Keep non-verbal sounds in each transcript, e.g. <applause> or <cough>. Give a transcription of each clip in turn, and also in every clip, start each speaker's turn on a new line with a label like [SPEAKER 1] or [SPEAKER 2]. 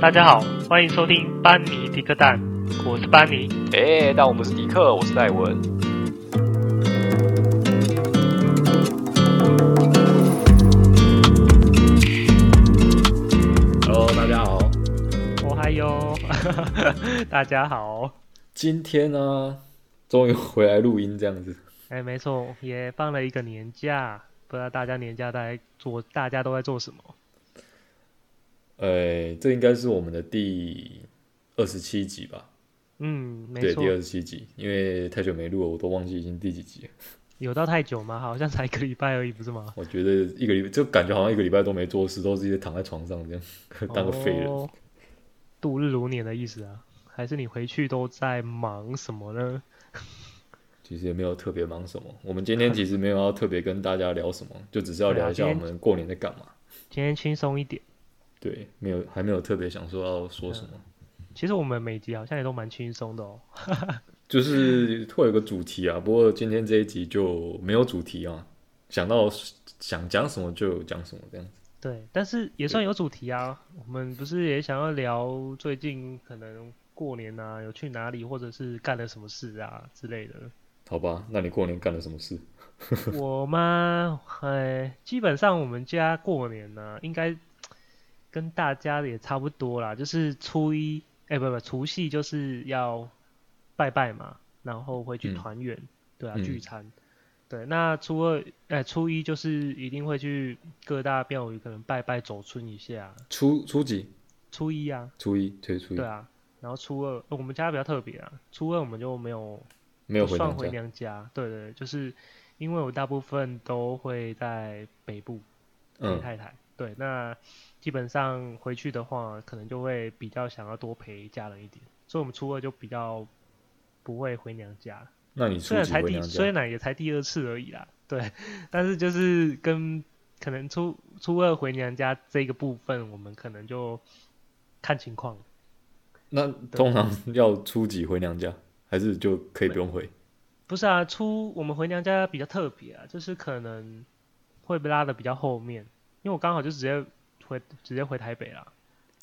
[SPEAKER 1] 大家好，欢迎收听班尼迪克蛋，我是班尼。
[SPEAKER 2] 哎、那我们是迪克，我是戴文。
[SPEAKER 3] Hello，大家好。
[SPEAKER 1] 哦嗨哟， <laughs> 大家好。
[SPEAKER 3] 今天呢、终于回来录音这样子。
[SPEAKER 1] 哎，没错，也放了一个年假，不知道大家年假在做，大家都在做什么？
[SPEAKER 3] 哎、这应该是我们的第二十七集吧？
[SPEAKER 1] 嗯，没
[SPEAKER 3] 对，
[SPEAKER 1] 错
[SPEAKER 3] 第，二十七集，因为太久没录了，我都忘记已经第几集了。
[SPEAKER 1] 有到太久吗？好像才一个礼拜而已，不是吗？
[SPEAKER 3] 我觉得一个礼拜，就感觉好像一个礼拜都没做事，都是一直躺在床上这样， <laughs> 当个废人。
[SPEAKER 1] 哦度日如年的意思啊？还是你回去都在忙什么呢？
[SPEAKER 3] 其实也没有特别忙什么。我们今天其实没有要特别跟大家聊什么，就只是要聊一下
[SPEAKER 1] 对啊
[SPEAKER 3] 我
[SPEAKER 1] 今天
[SPEAKER 3] 们过年在干嘛。
[SPEAKER 1] 今天轻松一点。
[SPEAKER 3] 对，没有，还没有特别想说要说什么，
[SPEAKER 1] 其实我们每集好像也都蛮轻松的哦。
[SPEAKER 3] 就是会有个主题啊。不过今天这一集就没有主题啊，想到想讲什么就讲什么这样子。
[SPEAKER 1] 对，但是也算有主题啊。我们不是也想要聊最近可能过年啊，有去哪里，或者是干了什么事啊之类
[SPEAKER 3] <laughs>
[SPEAKER 1] 的。
[SPEAKER 3] 好吧，那你过年干了什么事？
[SPEAKER 1] 我嘛，哎，基本上我们家过年呢、应该跟大家也差不多啦，就是初一，哎，不不，除夕就是要拜拜嘛，然后回去
[SPEAKER 3] 嗯
[SPEAKER 1] 团圆，对啊，
[SPEAKER 3] 嗯
[SPEAKER 1] 聚餐。对，那初二，哎，初一就是一定会去各大庙宇，可能拜拜走村一下。
[SPEAKER 3] 初初几？
[SPEAKER 1] 初一啊，
[SPEAKER 3] 初一，推初一
[SPEAKER 1] 对，啊，然后初二、呃我们家比较特别啊，初二我们就没有
[SPEAKER 3] 没有
[SPEAKER 1] 不
[SPEAKER 3] 回
[SPEAKER 1] 算
[SPEAKER 3] 娘
[SPEAKER 1] 回
[SPEAKER 3] 家。
[SPEAKER 1] 娘家，对对对，就是因为我大部分都会在北部陪
[SPEAKER 3] 嗯，
[SPEAKER 1] 太太，对，那基本上回去的话，可能就会比较想要多陪家人一点，所以我们初二就比较不会回娘家，
[SPEAKER 3] 那你初
[SPEAKER 1] 虽然
[SPEAKER 3] 几
[SPEAKER 1] 才
[SPEAKER 3] 回
[SPEAKER 1] 第
[SPEAKER 3] 娘
[SPEAKER 1] 虽
[SPEAKER 3] 家？
[SPEAKER 1] 然也才第二次而已啦，对， <laughs> 但是就是跟可能初初二回娘家这个部分，我们可能就看情况。
[SPEAKER 3] 那通常要初几回娘家，还是就可以不用回？
[SPEAKER 1] 不是啊，初我们回娘家比较特别啊，就是可能会被拉的比较后面，因为我刚好就直接回直接回台北啦。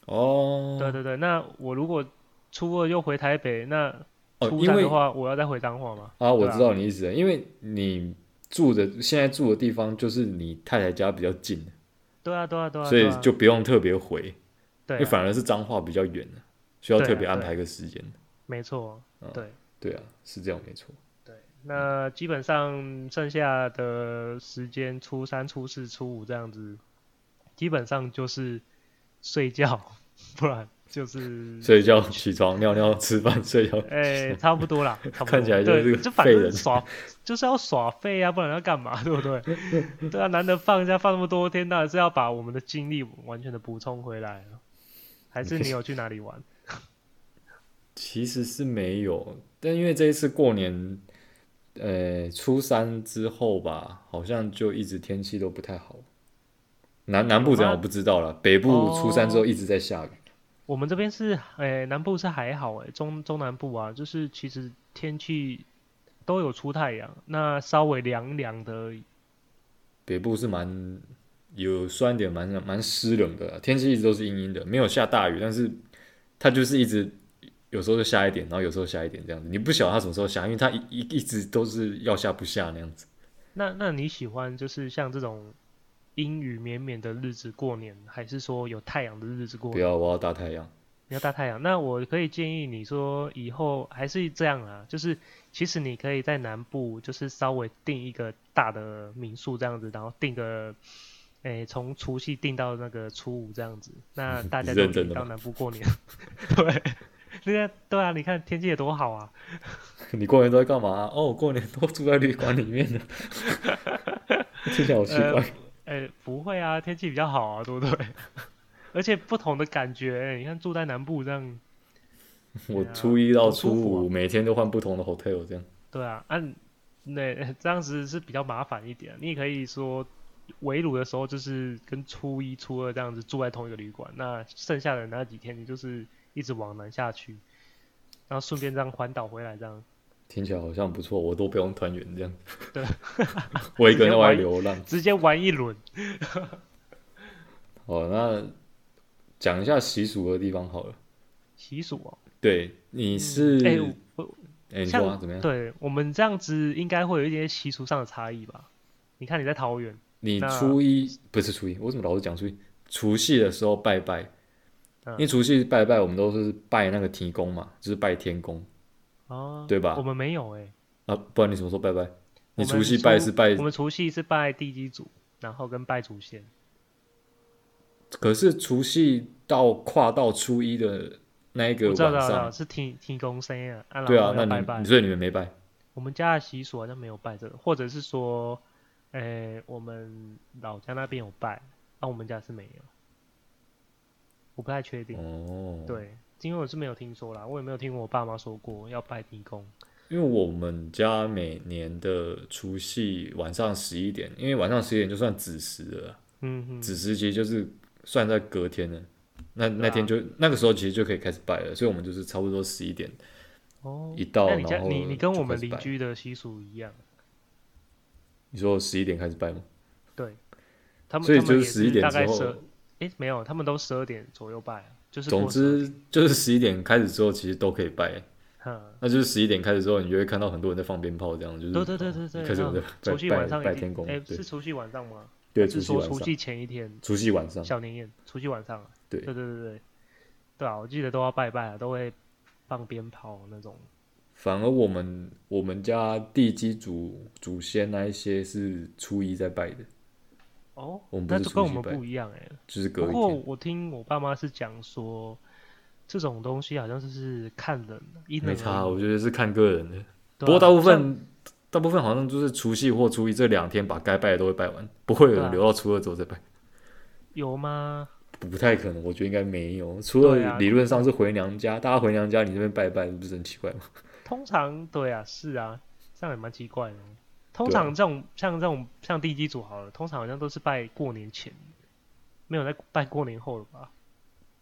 [SPEAKER 3] 哦，
[SPEAKER 1] 对对对，那我如果初二又回台北，那
[SPEAKER 3] 哦，
[SPEAKER 1] 初
[SPEAKER 3] 因
[SPEAKER 1] 三
[SPEAKER 3] 为
[SPEAKER 1] 的话，我要再回彰化吗？
[SPEAKER 3] 啊，我
[SPEAKER 1] 对啊
[SPEAKER 3] 知道你意思了，因为你住的现在住的地方就是你太太家比较近，
[SPEAKER 1] 对啊对啊对啊，
[SPEAKER 3] 所以
[SPEAKER 1] 对啊
[SPEAKER 3] 就不用特别回，
[SPEAKER 1] 对啊
[SPEAKER 3] 因为反而是彰化比较远的，需要
[SPEAKER 1] 对啊
[SPEAKER 3] 特别
[SPEAKER 1] 对啊
[SPEAKER 3] 安排个时间。
[SPEAKER 1] 没错，对
[SPEAKER 3] 对啊，是这样没错。
[SPEAKER 1] 对。那基本上剩下的时间，初三、初四、初五这样子，基本上就是睡觉， <laughs> 不然就是 <laughs>
[SPEAKER 3] 睡觉、起床、尿尿、吃饭、睡觉， <laughs>
[SPEAKER 1] 哎、差不多啦，差不多。
[SPEAKER 3] 看起来就
[SPEAKER 1] 对
[SPEAKER 3] 是个
[SPEAKER 1] 就反
[SPEAKER 3] 废
[SPEAKER 1] 正
[SPEAKER 3] 人
[SPEAKER 1] 耍，就是要耍废啊，不然要干嘛，对不
[SPEAKER 3] <laughs>
[SPEAKER 1] 对？对啊，难得放假放那么多天，当然是要把我们的精力完全的补充回来啊。还是
[SPEAKER 3] <laughs>
[SPEAKER 1] 你有去哪里玩？
[SPEAKER 3] 其实是没有，但因为这一次过年，呃，初三之后吧，好像就一直天气都不太好。南南部怎
[SPEAKER 1] 有
[SPEAKER 3] 样我
[SPEAKER 1] 吗
[SPEAKER 3] 不知道了，北部
[SPEAKER 1] 啊哦
[SPEAKER 3] 初三之后一直在下雨。
[SPEAKER 1] 我们这边是，哎、南部是还好、哎，中中南部啊，就是其实天气都有出太阳，那稍微凉凉的而已。
[SPEAKER 3] 北部是蛮有酸点，蛮蛮湿冷的啊，天气一直都是阴阴的，没有下大雨，但是它就是一直有时候就下一点，然后有时候下一点这样子，你不晓得它什么时候下，因为它一一一直都是要下不下那样子。
[SPEAKER 1] 那那你喜欢就是像这种阴雨绵绵的日子过年，还是说有太阳的日子过
[SPEAKER 3] 不
[SPEAKER 1] 年？
[SPEAKER 3] 要，我要大太阳。 <laughs>
[SPEAKER 1] 你要大太阳，那我可以建议你说，以后还是这样啊，就是其实你可以在南部，就是稍微订一个大的民宿这样子，然后订个，诶、从除夕订到那个初五这样子，
[SPEAKER 3] <laughs>
[SPEAKER 1] 那大家就
[SPEAKER 3] 认
[SPEAKER 1] 可
[SPEAKER 3] 真
[SPEAKER 1] 以
[SPEAKER 3] 的
[SPEAKER 1] 到
[SPEAKER 3] 吗
[SPEAKER 1] 南部过年。 <laughs> 对，那个对啊，你看天气也多好啊，
[SPEAKER 3] 你过年都在干嘛、哦，我过年都住在旅馆里面 <laughs> 的，听起来好奇怪。
[SPEAKER 1] 呃诶、不会啊，天气比较好啊，对不对？ <laughs> 而且不同的感觉，你看住在南部这样，
[SPEAKER 3] 我初一到初
[SPEAKER 1] 啊好舒服啊
[SPEAKER 3] 五、每天都换不同的 hotel 这样。
[SPEAKER 1] 对啊，按、那这样子是比较麻烦一点。你也可以说围炉的时候，就是跟初一、初二这样子住在同一个旅馆，那剩下的那几天你就是一直往南下去，然后顺便这样环岛回来，这样
[SPEAKER 3] 听起来好像不错，我都不用团圆这样。
[SPEAKER 1] 对，
[SPEAKER 3] <laughs> 我一个人在外流浪。
[SPEAKER 1] 直接玩一轮。
[SPEAKER 3] 哦，那讲一下习俗的地方好了。
[SPEAKER 1] 习俗哦。
[SPEAKER 3] 对，你是
[SPEAKER 1] 哎、
[SPEAKER 3] 哎、
[SPEAKER 1] 我
[SPEAKER 3] 你说、啊、
[SPEAKER 1] 像
[SPEAKER 3] 怎么样？
[SPEAKER 1] 对我们这样子应该会有一些习俗上的差异吧？你看你在桃园，
[SPEAKER 3] 你
[SPEAKER 1] 那
[SPEAKER 3] 初一不是初一，我怎么老是讲初一？除夕的时候拜拜，
[SPEAKER 1] 嗯
[SPEAKER 3] 因为除夕拜拜我们都是拜那个天公嘛，就是拜天公
[SPEAKER 1] 哦，
[SPEAKER 3] 对吧
[SPEAKER 1] 我们没有哎、
[SPEAKER 3] 啊，不然你什么时候拜拜？
[SPEAKER 1] 我
[SPEAKER 3] 你
[SPEAKER 1] 们
[SPEAKER 3] 除夕拜是拜
[SPEAKER 1] 我，们除夕是拜地基主，然后跟拜祖先。
[SPEAKER 3] 可是除夕到跨到初一的那一个
[SPEAKER 1] 我
[SPEAKER 3] 晚
[SPEAKER 1] 知道，知道，知道
[SPEAKER 3] 上，
[SPEAKER 1] 是提提供生啊，啊
[SPEAKER 3] 对
[SPEAKER 1] 然
[SPEAKER 3] 啊
[SPEAKER 1] 后，
[SPEAKER 3] 那
[SPEAKER 1] 要
[SPEAKER 3] 你
[SPEAKER 1] 拜拜
[SPEAKER 3] 你。所以你们没拜，
[SPEAKER 1] 我们家的习俗好像没有拜这个，或者是说，诶、我们老家那边有拜，啊，我们家是没有，我不太确定。
[SPEAKER 3] 哦，，
[SPEAKER 1] 对，因为我是没有听说啦，我也没有听我爸妈说过要拜地公。
[SPEAKER 3] 因为我们家每年的除夕晚上十一点，因为晚上十一点就算子时了啊，
[SPEAKER 1] 嗯嗯，
[SPEAKER 3] 子时其实就是算在隔天了。那
[SPEAKER 1] 对啊
[SPEAKER 3] 那天就、那个时候其实就可以开始拜了，所以我们就是差不多十一点
[SPEAKER 1] 哦，
[SPEAKER 3] 一到，
[SPEAKER 1] 那你家
[SPEAKER 3] 然后
[SPEAKER 1] 你你跟我们
[SPEAKER 3] 就开始
[SPEAKER 1] 邻
[SPEAKER 3] 拜，
[SPEAKER 1] 居的习俗一样，
[SPEAKER 3] 你说十一点开始拜吗？
[SPEAKER 1] 对，他们
[SPEAKER 3] 所以
[SPEAKER 1] 他们
[SPEAKER 3] 就
[SPEAKER 1] 也
[SPEAKER 3] 是11
[SPEAKER 1] 是
[SPEAKER 3] 点
[SPEAKER 1] 大概
[SPEAKER 3] 之后
[SPEAKER 1] 十二，诶、没有，他们都十二点左右拜，就是
[SPEAKER 3] 总
[SPEAKER 1] 过12
[SPEAKER 3] 之就是十一点开始之后，其实都可以拜。
[SPEAKER 1] 嗯，
[SPEAKER 3] 那就是十一点开始之后，你就会看到很多人在放鞭炮，这样就是
[SPEAKER 1] 对对对对对，
[SPEAKER 3] 开始有在
[SPEAKER 1] 嗯
[SPEAKER 3] 拜
[SPEAKER 1] 除夕晚上
[SPEAKER 3] 拜拜
[SPEAKER 1] 一定
[SPEAKER 3] 天公，
[SPEAKER 1] 哎，
[SPEAKER 3] 对
[SPEAKER 1] 是除夕晚上吗？
[SPEAKER 3] 对，
[SPEAKER 1] 是
[SPEAKER 3] 除夕
[SPEAKER 1] 说
[SPEAKER 3] 晚上
[SPEAKER 1] 除，夕前一天，
[SPEAKER 3] 除夕晚上，
[SPEAKER 1] 小年夜，除夕晚上啊。
[SPEAKER 3] 对
[SPEAKER 1] 对对对对，对啊，我记得都要拜拜啊，都会放鞭炮那种。
[SPEAKER 3] 反而我们我们家地基祖祖先那一些是初一在拜的，
[SPEAKER 1] 哦，
[SPEAKER 3] 我们不
[SPEAKER 1] 那
[SPEAKER 3] 是
[SPEAKER 1] 就
[SPEAKER 3] 除
[SPEAKER 1] 跟我
[SPEAKER 3] 夕
[SPEAKER 1] 们
[SPEAKER 3] 拜
[SPEAKER 1] 不一样哎、
[SPEAKER 3] 就是隔
[SPEAKER 1] 不
[SPEAKER 3] 一
[SPEAKER 1] 过
[SPEAKER 3] 天。
[SPEAKER 1] 我听我爸妈是讲说，这种东西好像就是看人，因人
[SPEAKER 3] 没
[SPEAKER 1] 而
[SPEAKER 3] 差，
[SPEAKER 1] 异。
[SPEAKER 3] 我觉得是看个人的。
[SPEAKER 1] 对
[SPEAKER 3] 不
[SPEAKER 1] 啊
[SPEAKER 3] 过大部
[SPEAKER 1] 像
[SPEAKER 3] 分大部分好像就是除夕或初一这两天把该拜的都会拜完，不会有
[SPEAKER 1] 对啊
[SPEAKER 3] 人留到初二之后再拜，
[SPEAKER 1] 有吗？
[SPEAKER 3] 不太可能。我觉得应该没有，初
[SPEAKER 1] 对啊
[SPEAKER 3] 二理论上是回娘家，大家回娘家你这边拜拜，不是很奇怪吗？
[SPEAKER 1] 通常对啊，是啊，这样也蛮奇怪的哦。通
[SPEAKER 3] 对啊
[SPEAKER 1] 常这种、像这种像地基组好了，通常好像都是拜过年前，没有在拜过年后了吧？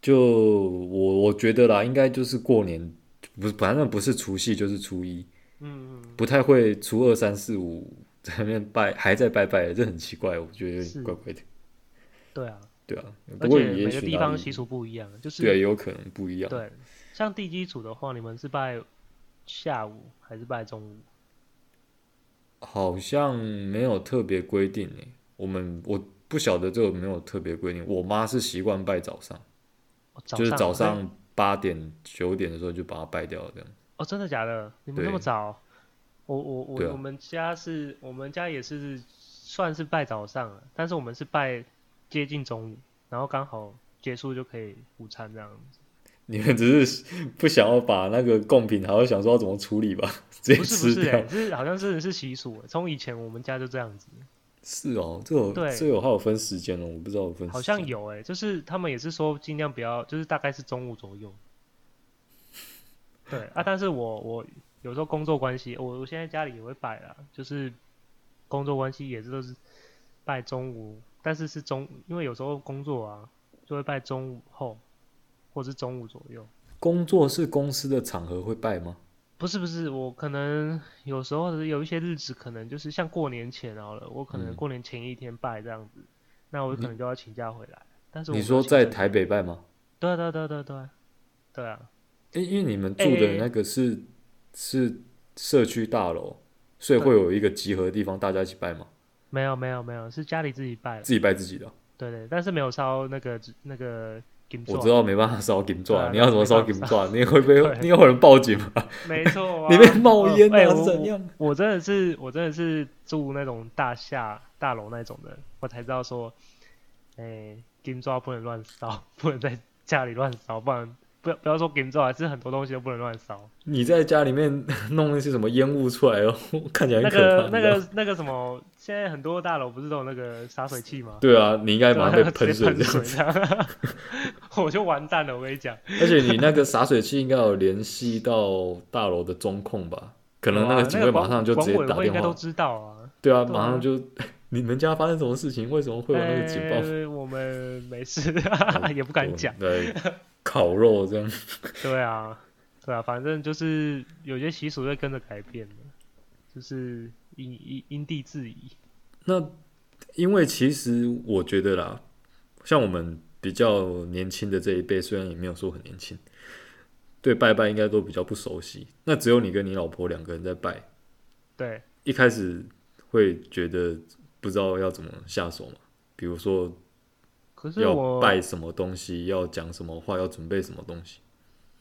[SPEAKER 3] 就我我觉得啦，应该就是过年，不是反正不是除夕就是初一，
[SPEAKER 1] 嗯嗯，
[SPEAKER 3] 不太会初二三四五在那边拜，还在拜拜，这很奇怪，我觉得有
[SPEAKER 1] 是
[SPEAKER 3] 点怪怪的，
[SPEAKER 1] 对啊，
[SPEAKER 3] 对啊。不
[SPEAKER 1] 而
[SPEAKER 3] 过
[SPEAKER 1] 且每
[SPEAKER 3] 也
[SPEAKER 1] 个
[SPEAKER 3] 许
[SPEAKER 1] 地
[SPEAKER 3] 哪
[SPEAKER 1] 方
[SPEAKER 3] 里
[SPEAKER 1] 习俗不一样，就是
[SPEAKER 3] 对啊，也有可能不一样。
[SPEAKER 1] 对像地基组的话，你们是拜下午还是拜中午？
[SPEAKER 3] 好像没有特别规定诶，我们我不晓得这有没有特别规定。我妈是习惯拜早上，
[SPEAKER 1] 哦、早
[SPEAKER 3] 就是
[SPEAKER 1] 上
[SPEAKER 3] 早
[SPEAKER 1] 对
[SPEAKER 3] 上八点九点的时候就把它拜掉了这样。 <laughs>
[SPEAKER 1] 哦，真的假的？你们那么
[SPEAKER 3] 对
[SPEAKER 1] 早？我我我、
[SPEAKER 3] 对啊
[SPEAKER 1] 我们家是我们家也是算是拜早上了，但是我们是拜接近中午，然后刚好结束就可以午餐这样子。
[SPEAKER 3] 你们只是不想要把那个贡品，还要想说要怎么处理吧，直接
[SPEAKER 1] 不是不
[SPEAKER 3] 吃
[SPEAKER 1] 是、
[SPEAKER 3] 掉
[SPEAKER 1] 欸，。是好像真的是习俗欸，从以前我们家就这样子，
[SPEAKER 3] 是哦，这有
[SPEAKER 1] 对
[SPEAKER 3] 这有还有分时间哦，我不知道有分时间。
[SPEAKER 1] 好像有哎、就是他们也是说尽量不要，就是大概是中午左
[SPEAKER 3] <laughs>
[SPEAKER 1] 右。对啊，但是我我有时候工作关系，我我现在家里也会拜啦，就是工作关系也是都是拜中午，但是是中，因为有时候工作啊就会拜中午后，或是中午左右。
[SPEAKER 3] 工作是公司的场合会拜吗？
[SPEAKER 1] 不是不是，我可能有时候有一些日子，可能就是像过年前好了，我可能
[SPEAKER 3] 嗯
[SPEAKER 1] 过年前一天拜这样子，那我可能就要请假回来。但是我没
[SPEAKER 3] 你
[SPEAKER 1] 有
[SPEAKER 3] 说
[SPEAKER 1] 请
[SPEAKER 3] 在
[SPEAKER 1] 假
[SPEAKER 3] 台北拜吗？
[SPEAKER 1] 对啊对啊对啊对啊对啊对啊，
[SPEAKER 3] 因因为你们住的那个是、是社区大楼，所以
[SPEAKER 1] 对
[SPEAKER 3] 会有一个集合的地方，大家一起拜嘛，
[SPEAKER 1] 没有没有没有，是家里自己拜了，
[SPEAKER 3] 自己拜自己的。啊
[SPEAKER 1] 对对，但是没有烧那个那个金
[SPEAKER 3] 我
[SPEAKER 1] 钻
[SPEAKER 3] 知道没办法烧金
[SPEAKER 1] 对
[SPEAKER 3] 钻，
[SPEAKER 1] 啊
[SPEAKER 3] 你要怎么烧金钻？你会被
[SPEAKER 1] 对
[SPEAKER 3] 你会有人报警吗？
[SPEAKER 1] 没错、啊，
[SPEAKER 3] 里面冒烟
[SPEAKER 1] 哎
[SPEAKER 3] 啊，
[SPEAKER 1] 我
[SPEAKER 3] 怎样？
[SPEAKER 1] 我真的是，我真的是住那种大厦大楼那种的，我才知道说，哎、金抓不能乱烧，不能在家里乱烧，不然不要不要说金抓，是很多东西都不能乱烧。
[SPEAKER 3] 你在家里面弄那些什么烟雾出来哦， <laughs> 看起来
[SPEAKER 1] 那
[SPEAKER 3] 很可
[SPEAKER 1] 个
[SPEAKER 3] 怕。
[SPEAKER 1] 那
[SPEAKER 3] 你知道吗
[SPEAKER 1] 个那个什么，现在很多大楼不是都有那个洒水器吗？
[SPEAKER 3] 对啊，你应该
[SPEAKER 1] 对
[SPEAKER 3] 马
[SPEAKER 1] 啊
[SPEAKER 3] 上被喷水这
[SPEAKER 1] 直接
[SPEAKER 3] 样
[SPEAKER 1] 喷
[SPEAKER 3] 子，
[SPEAKER 1] 水这样我就完蛋了。我跟你讲， <laughs>
[SPEAKER 3] 而且你那个洒水器应该有联系到大楼的中控吧？可能那
[SPEAKER 1] 哇
[SPEAKER 3] 个警卫马
[SPEAKER 1] 管
[SPEAKER 3] 上就直接
[SPEAKER 1] 管委
[SPEAKER 3] 打
[SPEAKER 1] 会应
[SPEAKER 3] 电
[SPEAKER 1] 该都
[SPEAKER 3] 话，
[SPEAKER 1] 知道啊。
[SPEAKER 3] 对啊，
[SPEAKER 1] 对啊
[SPEAKER 3] 马上就你们家发生什么事情？为什么会有那个警报？
[SPEAKER 1] 哎我们没事，
[SPEAKER 3] 哦
[SPEAKER 1] <laughs> 也不敢讲。
[SPEAKER 3] 对，烤肉这样。
[SPEAKER 1] 对啊，对啊，反正就是有些习俗会跟着改变的，就是因因因地制宜。
[SPEAKER 3] 那因为其实我觉得啦，像我们比较年轻的这一辈，虽然也没有说很年轻，对拜拜应该都比较不熟悉。那只有你跟你老婆两个人在拜，
[SPEAKER 1] 对，
[SPEAKER 3] 一开始会觉得不知道要怎么下手嘛？比如说
[SPEAKER 1] 可是
[SPEAKER 3] 要
[SPEAKER 1] 我，
[SPEAKER 3] 拜什么东西，要讲什么话，要准备什么东西。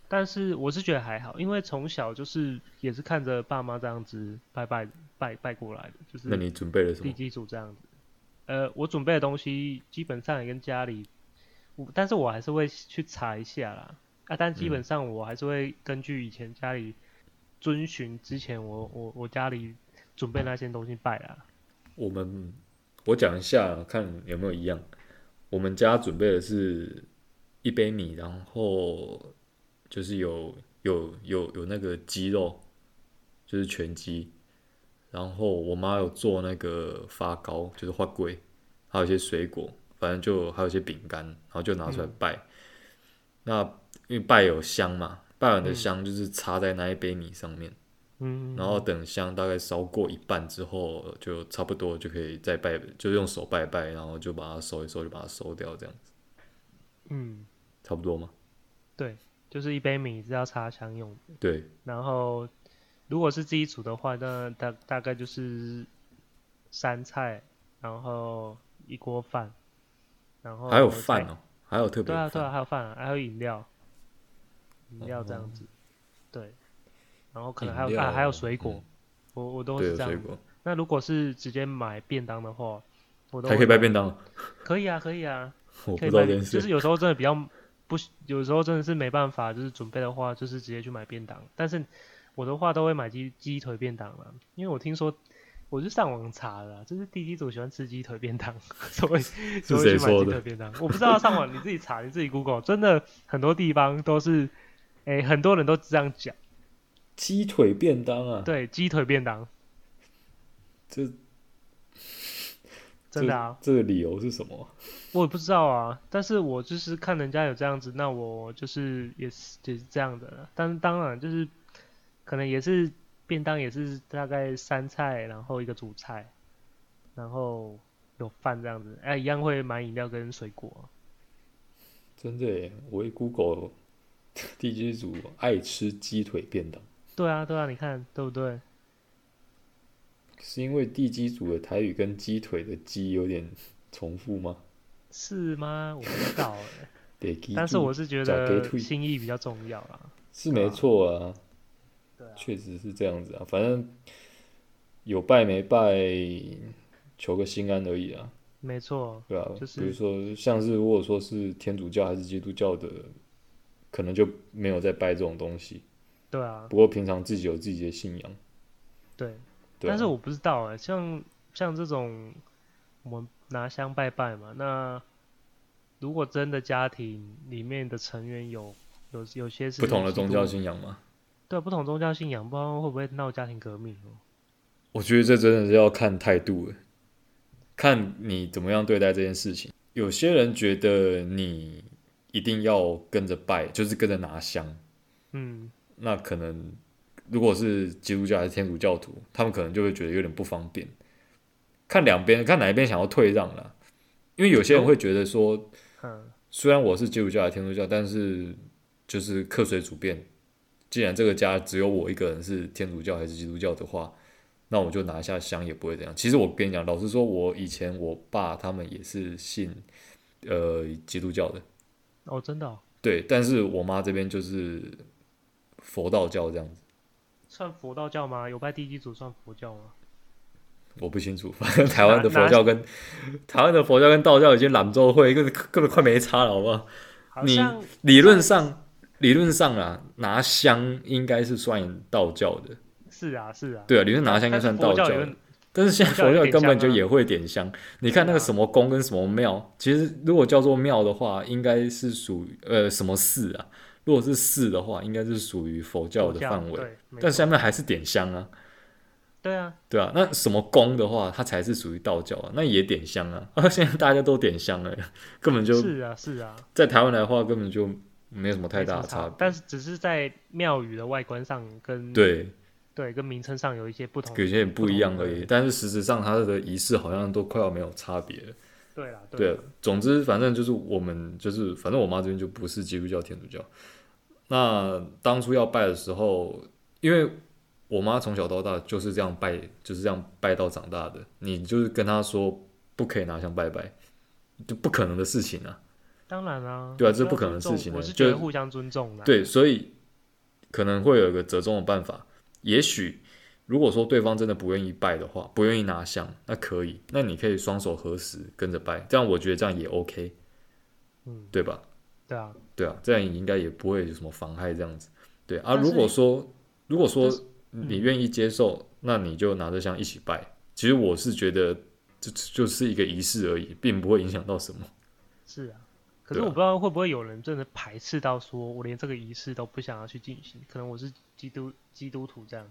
[SPEAKER 1] 但是我是觉得还好，因为从小就是也是看着爸妈这样子拜拜拜拜过来的，就是
[SPEAKER 3] 那你准备了什
[SPEAKER 1] 地
[SPEAKER 3] 么？
[SPEAKER 1] 基组这样子。呃，我准备的东西基本上也跟家里，我但是我还是会去查一下啦。啊，但基
[SPEAKER 3] 嗯
[SPEAKER 1] 本上我还是会根据以前家里遵循之前我我我家里准备那些东西拜啦。
[SPEAKER 3] 我们我讲一下，看有没有一样。我们家准备的是一杯米，然后就是有有有有那个鸡肉，就是全鸡，然后我妈有做那个发糕，就是花龟，还有一些水果，反正就还有一些饼干，然后就拿出来拜。那因为拜有香嘛，拜完的香就是插在那一杯米上面。
[SPEAKER 1] 嗯，
[SPEAKER 3] 然后等香大概烧过一半之后，呃就差不多就可以再拜，就用手拜拜，然后就把它收一收，就把它收掉，这样子
[SPEAKER 1] 嗯，
[SPEAKER 3] 差不多吗？
[SPEAKER 1] 就是一杯米是要插香用的。
[SPEAKER 3] 对，
[SPEAKER 1] 然后如果是自己煮的话，那大大概就是三菜，然后一锅饭，然后
[SPEAKER 3] 还有
[SPEAKER 1] 再
[SPEAKER 3] 饭哦、还有特别
[SPEAKER 1] 对啊，
[SPEAKER 3] 的
[SPEAKER 1] 对啊，
[SPEAKER 3] 饭，
[SPEAKER 1] 还有饭、啊，还有饮料，饮料这样子，对，然后可能还
[SPEAKER 3] 哦饮
[SPEAKER 1] 有
[SPEAKER 3] 料
[SPEAKER 1] 啊，还有水果，
[SPEAKER 3] 嗯
[SPEAKER 1] 我我都
[SPEAKER 3] 对，
[SPEAKER 1] 是
[SPEAKER 3] 有
[SPEAKER 1] 这
[SPEAKER 3] 水
[SPEAKER 1] 样。
[SPEAKER 3] 果，
[SPEAKER 1] 那如果是直接买便当的话，我都
[SPEAKER 3] 还可以
[SPEAKER 1] 会
[SPEAKER 3] 拜便当，
[SPEAKER 1] 可以啊，可以啊，
[SPEAKER 3] 我不
[SPEAKER 1] 可以
[SPEAKER 3] 知道
[SPEAKER 1] 买
[SPEAKER 3] 这件
[SPEAKER 1] 便，
[SPEAKER 3] 事
[SPEAKER 1] 就是有时候真的比较不，有时候真的是没办法，就是准备的话，就是直接去买便当。但是我的话都会买鸡鸡腿便当啦，因为我听说。我就上网查了啦，就是地基组喜欢吃鸡腿便当， <laughs> 所以
[SPEAKER 3] 是
[SPEAKER 1] 所以
[SPEAKER 3] 谁
[SPEAKER 1] 去买
[SPEAKER 3] 说
[SPEAKER 1] 鸡腿
[SPEAKER 3] 的？
[SPEAKER 1] 便当。我不知道，上网你自己查，你自己 Google，真的很多地方都是，诶，很多人都这样讲，
[SPEAKER 3] 鸡腿便当啊，
[SPEAKER 1] 对，鸡腿便当，
[SPEAKER 3] 这
[SPEAKER 1] <laughs> 真的啊，
[SPEAKER 3] 这这个理由是什么啊？
[SPEAKER 1] 我也不知道啊，但是我就是看人家有这样子，那我就是也是也是这样的啦，但是当然就是可能也是便当也是大概三菜，然后一个主菜，然后有饭这样子，哎、一样会买饮料跟水果啊、
[SPEAKER 3] 真的耶，我一 Google <laughs> 地基组爱吃鸡腿便当，
[SPEAKER 1] 对啊，对啊，你看对不对？
[SPEAKER 3] 是因为地基组的台语跟鸡腿的鸡有点重复吗？
[SPEAKER 1] 是吗？我不知道哎、
[SPEAKER 3] <laughs> 地基
[SPEAKER 1] 但是
[SPEAKER 3] 组
[SPEAKER 1] 我是觉
[SPEAKER 3] 找给
[SPEAKER 1] 得
[SPEAKER 3] 退
[SPEAKER 1] 心意比较重要啦。
[SPEAKER 3] 是没错啊，
[SPEAKER 1] 对啊
[SPEAKER 3] 确实是这样子啊。反正有拜没拜，求个心安而已啊，
[SPEAKER 1] 没错，
[SPEAKER 3] 对吧、啊？
[SPEAKER 1] 就是
[SPEAKER 3] 比如说，像是如果说是天主教还是基督教的，可能就没有在拜这种东西。
[SPEAKER 1] 对啊，
[SPEAKER 3] 不过平常自己有自己的信仰，
[SPEAKER 1] 对。
[SPEAKER 3] 对啊、
[SPEAKER 1] 但是我不知道哎、像像这种我们拿香拜拜嘛，那如果真的家庭里面的成员有有有些是
[SPEAKER 3] 不同的宗教
[SPEAKER 1] 信，
[SPEAKER 3] 信仰嘛，
[SPEAKER 1] 对不同宗教信仰，不知道会不会闹家庭革命哦、
[SPEAKER 3] 我觉得这真的是要看态度了，欸看你怎么样对待这件事情。有些人觉得你一定要跟着拜，就是跟着拿香，
[SPEAKER 1] 嗯，
[SPEAKER 3] 那可能如果是基督教还是天主教徒，他们可能就会觉得有点不方便。看两边，看哪一边想要退让啦。因为有些人会觉得说，
[SPEAKER 1] 嗯，
[SPEAKER 3] 虽然我是基督教还是天主教，但是就是客随主便。既然这个家只有我一个人是天主教还是基督教的话，那我就拿下香也不会怎样。其实我跟你讲，老实说，我以前我爸他们也是信呃基督教的，
[SPEAKER 1] 哦，真的、哦，
[SPEAKER 3] 对，但是我妈这边就是佛道教这样子。
[SPEAKER 1] 算佛道教吗？有拜地基组算佛教吗？
[SPEAKER 3] 我不清楚， <laughs> 反正台湾的佛教跟台湾的佛教跟道教已经揽州会，根本根本快没差了，好不好？
[SPEAKER 1] 好
[SPEAKER 3] 你
[SPEAKER 1] 像
[SPEAKER 3] 理论上，理论上啊，拿香应该是算道教的，
[SPEAKER 1] 是啊，是啊，
[SPEAKER 3] 对啊，理论拿香应该
[SPEAKER 1] 但是
[SPEAKER 3] 算
[SPEAKER 1] 佛
[SPEAKER 3] 道
[SPEAKER 1] 教有
[SPEAKER 3] 的。但是现在佛教根本就也会点香，你看那个
[SPEAKER 1] 对啊
[SPEAKER 3] 什么宫跟什么庙，其实如果叫做庙的话，应该是属于呃什么寺啊？如果是寺的话，应该是属于佛教
[SPEAKER 1] 佛
[SPEAKER 3] 的范围，
[SPEAKER 1] 对，没错
[SPEAKER 3] 但下面还是点香啊。
[SPEAKER 1] 对啊，
[SPEAKER 3] 对啊，那什么宫的话，它才是属于道教啊，那也点香啊。啊， <laughs> 现在大家都点香了， <laughs> 根本就是
[SPEAKER 1] 啊，是啊，
[SPEAKER 3] 在台湾来的话，根本就没什么太
[SPEAKER 1] 没什
[SPEAKER 3] 大
[SPEAKER 1] 么
[SPEAKER 3] 的差
[SPEAKER 1] 差
[SPEAKER 3] 别。，
[SPEAKER 1] 但是只是在庙宇的外观上跟
[SPEAKER 3] 对，
[SPEAKER 1] 对跟名称上有一些不同。
[SPEAKER 3] 有些也不一样而
[SPEAKER 1] 嗯不同
[SPEAKER 3] 已
[SPEAKER 1] 的。
[SPEAKER 3] 但是实质上，它的仪式好像都快要没有差别了。
[SPEAKER 1] 对啊啦，
[SPEAKER 3] 对啊
[SPEAKER 1] 啦，，
[SPEAKER 3] 总之反正就是我们就是反正我妈这边就不是基督教、天主教。那当初要拜的时候，因为我妈从小到大就是这样拜，就是这样拜到长大的。你就是跟她说不可以拿香拜拜，就不可能的事情啊。
[SPEAKER 1] 当然啊，
[SPEAKER 3] 对啊
[SPEAKER 1] 互
[SPEAKER 3] 这不
[SPEAKER 1] 相
[SPEAKER 3] 可能的
[SPEAKER 1] 尊重
[SPEAKER 3] 事情
[SPEAKER 1] 我
[SPEAKER 3] 呢
[SPEAKER 1] 是觉
[SPEAKER 3] 就
[SPEAKER 1] 得互相尊重啦。，
[SPEAKER 3] 对，所以可能会有一个折中的办法。也许如果说对方真的不愿意拜的话，不愿意拿香，那可以，那你可以双手合十跟着拜，这样我觉得这样也 OK，
[SPEAKER 1] 嗯，
[SPEAKER 3] 对吧？
[SPEAKER 1] 对啊，
[SPEAKER 3] 对啊，这样应该也不会有什么妨害这样子。对啊，
[SPEAKER 1] 但是
[SPEAKER 3] 如果说如果说
[SPEAKER 1] 但是嗯
[SPEAKER 3] 你愿意接受，那你就拿着香一起拜。其实我是觉得这就是一个仪式而已，并不会影响到什么。
[SPEAKER 1] 是啊。可是
[SPEAKER 3] 对
[SPEAKER 1] 我
[SPEAKER 3] 啊
[SPEAKER 1] 不知道会不会有人真的排斥到说，我连这个仪式都不想要去进行。可能我是基督基督徒这样。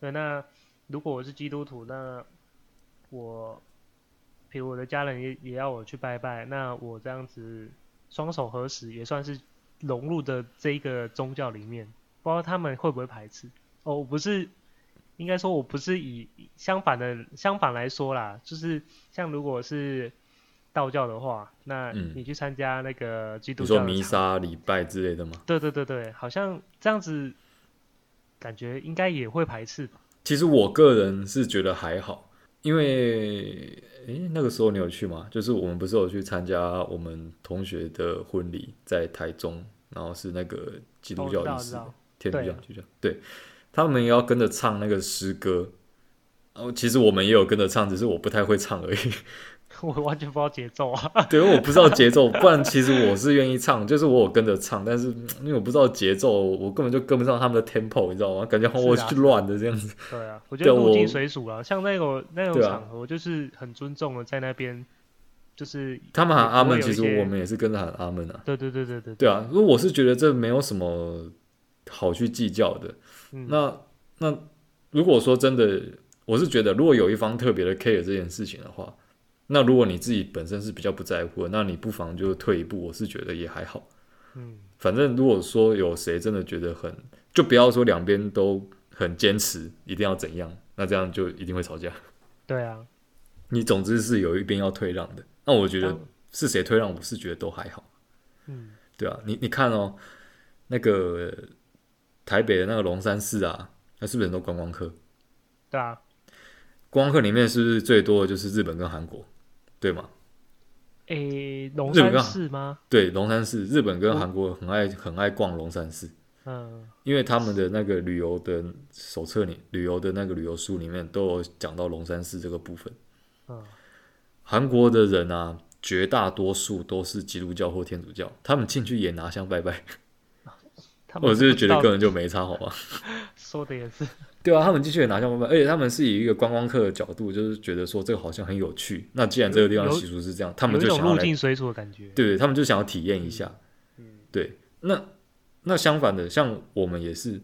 [SPEAKER 1] 对，那如果我是基督徒，那我，比如我的家人也也要我去拜拜，那我这样子双手合十也算是融入的这一个宗教里面，不知道他们会不会排斥。哦，我不是，应该说我不是以相反的相反来说啦，就是像如果是道教的话，那
[SPEAKER 3] 嗯
[SPEAKER 1] 你去参加那个基督
[SPEAKER 3] 你
[SPEAKER 1] 教
[SPEAKER 3] 说
[SPEAKER 1] 的
[SPEAKER 3] 弥
[SPEAKER 1] 场
[SPEAKER 3] 撒、礼拜之类的吗？
[SPEAKER 1] 对对对对，好像这样子，感觉应该也会排斥吧？
[SPEAKER 3] 其实我个人是觉得还好，因为诶那个时候你有去吗？就是我们不是有去参加我们同学的婚礼，在台中，然后是那个基督教
[SPEAKER 1] 哦
[SPEAKER 3] 仪
[SPEAKER 1] 我知
[SPEAKER 3] 式
[SPEAKER 1] 道我知道， <laughs>
[SPEAKER 3] 天主
[SPEAKER 1] 对
[SPEAKER 3] 教
[SPEAKER 1] 啊
[SPEAKER 3] 基督教，对，他们也要跟着唱那个诗歌。然后其实我们也有跟着唱，只是我不太会唱
[SPEAKER 1] <laughs>
[SPEAKER 3] 而已。
[SPEAKER 1] 我完全不知道节奏啊。
[SPEAKER 3] 对，因为我不知道节奏，不然其实我是愿意唱，就是我有跟着唱，但是嗯因为我不知道节奏，我根本就跟不上他们的 tempo，你知道吗？感觉我
[SPEAKER 1] 是啊
[SPEAKER 3] 去乱的这样子。
[SPEAKER 1] 对
[SPEAKER 3] <laughs>
[SPEAKER 1] 啊，我觉得
[SPEAKER 3] 对
[SPEAKER 1] 入境
[SPEAKER 3] 我
[SPEAKER 1] 随俗啊，像那种那种
[SPEAKER 3] 对啊
[SPEAKER 1] 场合，我就是很尊重的在那边，就是
[SPEAKER 3] 他们喊
[SPEAKER 1] 也不
[SPEAKER 3] 阿
[SPEAKER 1] 会
[SPEAKER 3] 门，
[SPEAKER 1] 有
[SPEAKER 3] 其
[SPEAKER 1] 一
[SPEAKER 3] 实
[SPEAKER 1] 些
[SPEAKER 3] 我们也是跟着喊阿门啊。
[SPEAKER 1] 对对对对对，
[SPEAKER 3] 对啊，因为我是觉得这没有什么好去计较的。
[SPEAKER 1] 嗯，
[SPEAKER 3] 那那如果说真的，我是觉得如果有一方特别的 care 这件事情的话，那如果你自己本身是比较不在乎的，那你不妨就退一步，我是觉得也还好。
[SPEAKER 1] 嗯
[SPEAKER 3] 反正如果说有谁真的觉得很，就不要说两边都很坚持一定要怎样，那这样就一定会吵架。
[SPEAKER 1] 对啊，
[SPEAKER 3] 你总之是有一边要退让的，那我觉得
[SPEAKER 1] 当
[SPEAKER 3] 是谁退让，我是觉得都还好。
[SPEAKER 1] 嗯
[SPEAKER 3] 对啊，你你看哦，那个台北的那个龙山寺啊，那是不是很多观光客？
[SPEAKER 1] 对啊，
[SPEAKER 3] 观光客里面是不是最多的就是日本跟韩国，对吗？
[SPEAKER 1] 诶，龙
[SPEAKER 3] 日本
[SPEAKER 1] 山
[SPEAKER 3] 刚
[SPEAKER 1] 寺吗？
[SPEAKER 3] 对，龙山寺，日本
[SPEAKER 1] 嗯
[SPEAKER 3] 跟韩国很爱很爱逛龙山寺，
[SPEAKER 1] 嗯，
[SPEAKER 3] 因为他们的那个旅游的手册里，旅游的那个旅游书里面都有讲到龙山寺这个部分。
[SPEAKER 1] 嗯，
[SPEAKER 3] 韩国的人啊，绝大多数都是基督教或天主教，他们进去也拿香
[SPEAKER 1] <laughs>
[SPEAKER 3] 拜拜，
[SPEAKER 1] 他们
[SPEAKER 3] 我就
[SPEAKER 1] 不
[SPEAKER 3] 是
[SPEAKER 1] 知
[SPEAKER 3] 觉得
[SPEAKER 1] 道
[SPEAKER 3] 根本就没差，好吗？
[SPEAKER 1] 说的也是，
[SPEAKER 3] 对啊，他们进去也拿香拜拜，而且他们是以一个观光客的角度，就是觉得说这个好像很有趣。那既然这个地方
[SPEAKER 1] 有
[SPEAKER 3] 习俗是这样，他们
[SPEAKER 1] 有一
[SPEAKER 3] 就
[SPEAKER 1] 种
[SPEAKER 3] 想要
[SPEAKER 1] 入
[SPEAKER 3] 来
[SPEAKER 1] 境随俗的感觉。
[SPEAKER 3] 对对，他们就想要体验一下。
[SPEAKER 1] 嗯
[SPEAKER 3] 对，那那相反的，像我们也是，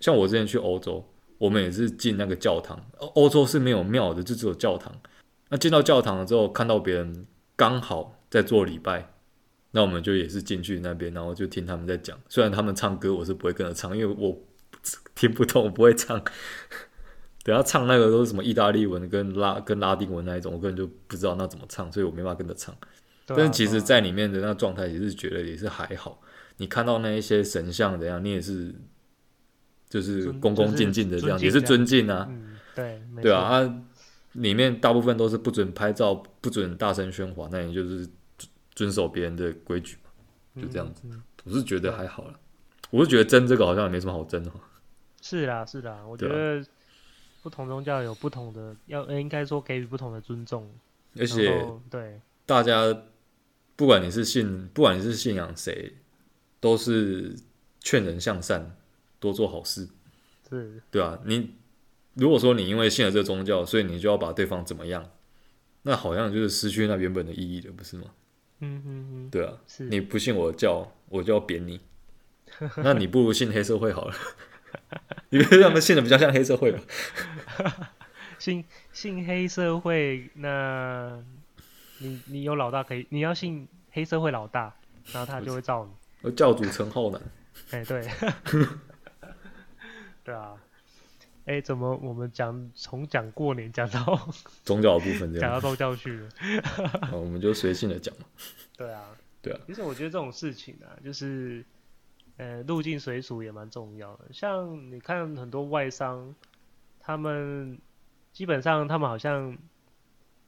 [SPEAKER 3] 像我之前去欧洲，我们也是进那个教堂，欧欧洲是没有庙的，就只有教堂。那进到教堂了之后，看到别人刚好在做礼拜，那我们就也是进去那边，然后就听他们在讲。虽然他们唱歌，我是不会跟着唱，因为我听不 <laughs> 懂，我不会唱。 <laughs> 等下唱那个都是什么意大利文跟拉跟拉丁文那一种，我根本就不知道那怎么唱，所以我没办法跟着唱。
[SPEAKER 1] 对啊
[SPEAKER 3] 但是其
[SPEAKER 1] 对
[SPEAKER 3] 实，
[SPEAKER 1] 啊
[SPEAKER 3] 在里面的那状态也是觉得也是还好。你看到那一些神像怎样，你也是就是
[SPEAKER 1] 尊
[SPEAKER 3] 恭恭敬敬的
[SPEAKER 1] 就是
[SPEAKER 3] 这
[SPEAKER 1] 尊
[SPEAKER 3] 样，
[SPEAKER 1] 敬
[SPEAKER 3] 也是尊敬啊，
[SPEAKER 1] 嗯，对，没
[SPEAKER 3] 对
[SPEAKER 1] 错
[SPEAKER 3] 啊。，啊，里面大部分都是不准拍照、不准大声喧哗，那你就是遵遵守别人的规矩嘛，就这样子。
[SPEAKER 1] 子。嗯
[SPEAKER 3] 我是觉得还好了，我是觉得争这个好像也没什么好争哦。
[SPEAKER 1] 是啦，是啦，我觉
[SPEAKER 3] 对啊
[SPEAKER 1] 得不同宗教有不同的，要呃应该说给予不同的尊重。
[SPEAKER 3] 而
[SPEAKER 1] 而
[SPEAKER 3] 且
[SPEAKER 1] 对，
[SPEAKER 3] 大家不管你是信，不管你是信仰谁，都是劝人向善，多做好事。
[SPEAKER 1] 是，
[SPEAKER 3] 对啊，你如果说你因为信了这个宗教，所以你就要把对方怎么样，那好像就是失去那原本的意义了，不是吗？
[SPEAKER 1] 嗯嗯嗯，
[SPEAKER 3] 对啊，
[SPEAKER 1] 是
[SPEAKER 3] 你不信我的教，我就要扁
[SPEAKER 1] <laughs>
[SPEAKER 3] 你，那你不如信黑社会好了。 <laughs> 你觉得他们信的比较像黑社会吧？
[SPEAKER 1] 信信黑社会，那你你有老大可以，你要信黑社会老大，然后他就会罩你。 <laughs>
[SPEAKER 3] 教主陈浩南，
[SPEAKER 1] 哎、对，对啊。哎、怎么我们讲从讲过年讲到
[SPEAKER 3] 宗教的部分这
[SPEAKER 1] 讲到
[SPEAKER 3] 样，
[SPEAKER 1] 宗教去了？
[SPEAKER 3] 好我们就随性的讲嘛。
[SPEAKER 1] 对啊，
[SPEAKER 3] <laughs> 对啊。
[SPEAKER 1] 其实我觉得这种事情啊，就是呃，入境随俗也蛮重要的。像你看很多外商，他们基本上他们好像，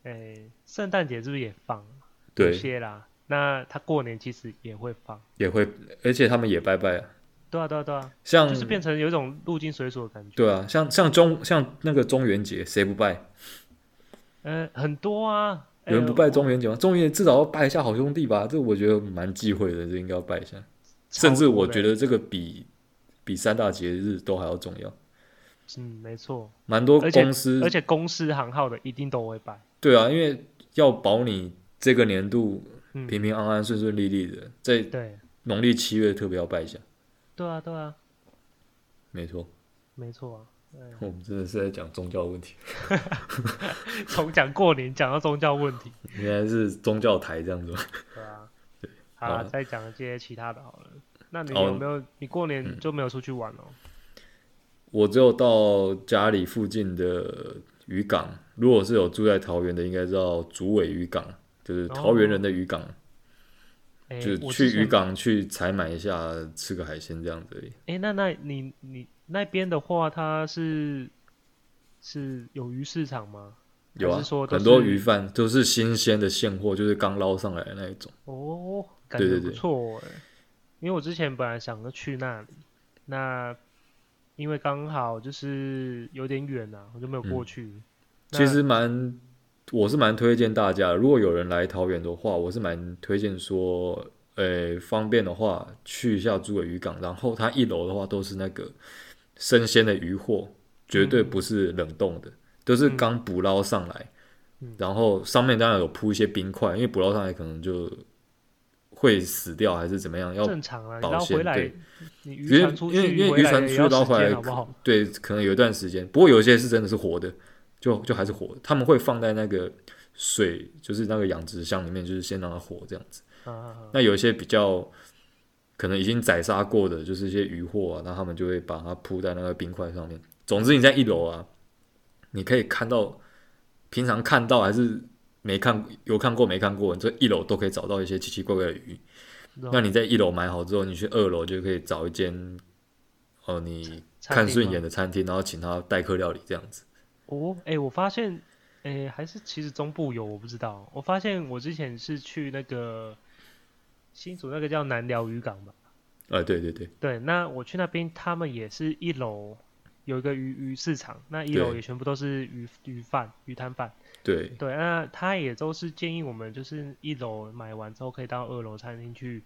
[SPEAKER 1] 诶、圣诞节是不是也放？有
[SPEAKER 3] 对，
[SPEAKER 1] 些啦。那他过年其实也会放。
[SPEAKER 3] 也会，而且他们也拜拜啊，
[SPEAKER 1] 对啊，对啊，对啊，
[SPEAKER 3] 像
[SPEAKER 1] 就是变成有一种入境随俗的感觉。
[SPEAKER 3] 嗯对啊，像像中像那个中元节，谁不拜？
[SPEAKER 1] 呃，很多啊。
[SPEAKER 3] 有人
[SPEAKER 1] 呃
[SPEAKER 3] 不拜中元节吗？中元节至少要拜一下好兄弟吧，这我觉得蛮忌讳的，这应该要拜一下。甚至我觉，
[SPEAKER 1] 超多
[SPEAKER 3] 得这个比比三大节日都还要重要。
[SPEAKER 1] 的嗯，没错。
[SPEAKER 3] 蛮多
[SPEAKER 1] 而且
[SPEAKER 3] 公司
[SPEAKER 1] 而且公司行号的一定都会拜。
[SPEAKER 3] 对啊，因为要保你这个年度
[SPEAKER 1] 嗯，
[SPEAKER 3] 平平安安、顺顺利利的，在
[SPEAKER 1] 对，
[SPEAKER 3] 农历七月特别要拜一下。
[SPEAKER 1] 对啊，对啊，
[SPEAKER 3] 没错， <laughs>
[SPEAKER 1] 没错啊。 <laughs> 嗯
[SPEAKER 3] 我们真的是在讲宗教问题，
[SPEAKER 1] 从讲过年讲到宗教问题，
[SPEAKER 3] 原来是宗教台这样子吗。 <laughs>
[SPEAKER 1] 对啊。好
[SPEAKER 3] 好
[SPEAKER 1] 啦，
[SPEAKER 3] 了
[SPEAKER 1] 再讲一些其他的好了。那你
[SPEAKER 3] 哦
[SPEAKER 1] 有没有？你过
[SPEAKER 3] 嗯
[SPEAKER 1] 年就没有出去玩哦？
[SPEAKER 3] 我只有到家里附近的渔港，如果是有住在桃园的，应该知道竹尾渔港，就是桃园人
[SPEAKER 1] 哦
[SPEAKER 3] 的渔港，
[SPEAKER 1] 哎，
[SPEAKER 3] 就是
[SPEAKER 1] 我
[SPEAKER 3] 去
[SPEAKER 1] 之前
[SPEAKER 3] 渔。港去采买一下，吃个海鲜这样子而已。
[SPEAKER 1] 哎，那那你你那边的话，它是是有鱼市场吗？
[SPEAKER 3] 有
[SPEAKER 1] 还
[SPEAKER 3] 啊
[SPEAKER 1] 是说，都
[SPEAKER 3] 很多
[SPEAKER 1] 是
[SPEAKER 3] 鱼贩都是新鲜的现货，就是刚捞上来的那一种。
[SPEAKER 1] 哦，感
[SPEAKER 3] 对
[SPEAKER 1] 觉
[SPEAKER 3] 对
[SPEAKER 1] 不
[SPEAKER 3] 对
[SPEAKER 1] 错哎。因为我之前本来想着去那里，那因为刚好就是有点远啊，我就没有过去。那
[SPEAKER 3] 嗯其实蛮，我是蛮推荐大家的，如果有人来桃园的话，我是蛮推荐说，呃，方便的话去一下竹尾渔港，然后它一楼的话都是那个生鲜的鱼货，绝对不是冷冻的，都是刚捕捞上来，
[SPEAKER 1] 嗯
[SPEAKER 3] 然后上面当然有铺一些冰块，因为捕捞上来可能就会死掉还是怎么样，要
[SPEAKER 1] 正常啊，你
[SPEAKER 3] 保
[SPEAKER 1] 捞
[SPEAKER 3] 鲜
[SPEAKER 1] 回来
[SPEAKER 3] 对，
[SPEAKER 1] 你
[SPEAKER 3] 因
[SPEAKER 1] 渔
[SPEAKER 3] 为
[SPEAKER 1] 船出
[SPEAKER 3] 因为
[SPEAKER 1] 去，
[SPEAKER 3] 因为
[SPEAKER 1] 回
[SPEAKER 3] 渔
[SPEAKER 1] 来也
[SPEAKER 3] 船出
[SPEAKER 1] 要
[SPEAKER 3] 去捞
[SPEAKER 1] 时
[SPEAKER 3] 回
[SPEAKER 1] 间
[SPEAKER 3] 来
[SPEAKER 1] 好不
[SPEAKER 3] 可
[SPEAKER 1] 好？
[SPEAKER 3] 对，可能有一段时间，不过有些是真的是活的，就就还是活的。他们会放在那个水，就是那个养殖箱里面，就是先让它活这样子。
[SPEAKER 1] 啊啊，啊
[SPEAKER 3] 那有一些比较可能已经宰杀过的，就是一些鱼货啊，那他们就会把它铺在那个冰块上面。总之你在一楼啊，你可以看到平常看到还是没看有看过没看过，你这一楼都可以找到一些奇奇怪怪的鱼。
[SPEAKER 1] 然后
[SPEAKER 3] 那你在一楼买好之后，你去二楼就可以找一间，哦，你
[SPEAKER 1] 餐
[SPEAKER 3] 看
[SPEAKER 1] 厅
[SPEAKER 3] 顺
[SPEAKER 1] 吗
[SPEAKER 3] 眼的餐厅，然后请他代客料理这样子。
[SPEAKER 1] 哦，哎、我发现，哎、还是其实中部有，我不知道。我发现我之前是去那个新竹那个叫南寮渔港吧，
[SPEAKER 3] 呃，对对对，
[SPEAKER 1] 对，那我去那边，他们也是一楼有一个鱼鱼市场，那一楼
[SPEAKER 3] 对
[SPEAKER 1] 也全部都是鱼鱼贩、鱼摊贩。
[SPEAKER 3] 对
[SPEAKER 1] 对，那他也都是建议我们，就是一楼买完之后，可以到二楼餐厅去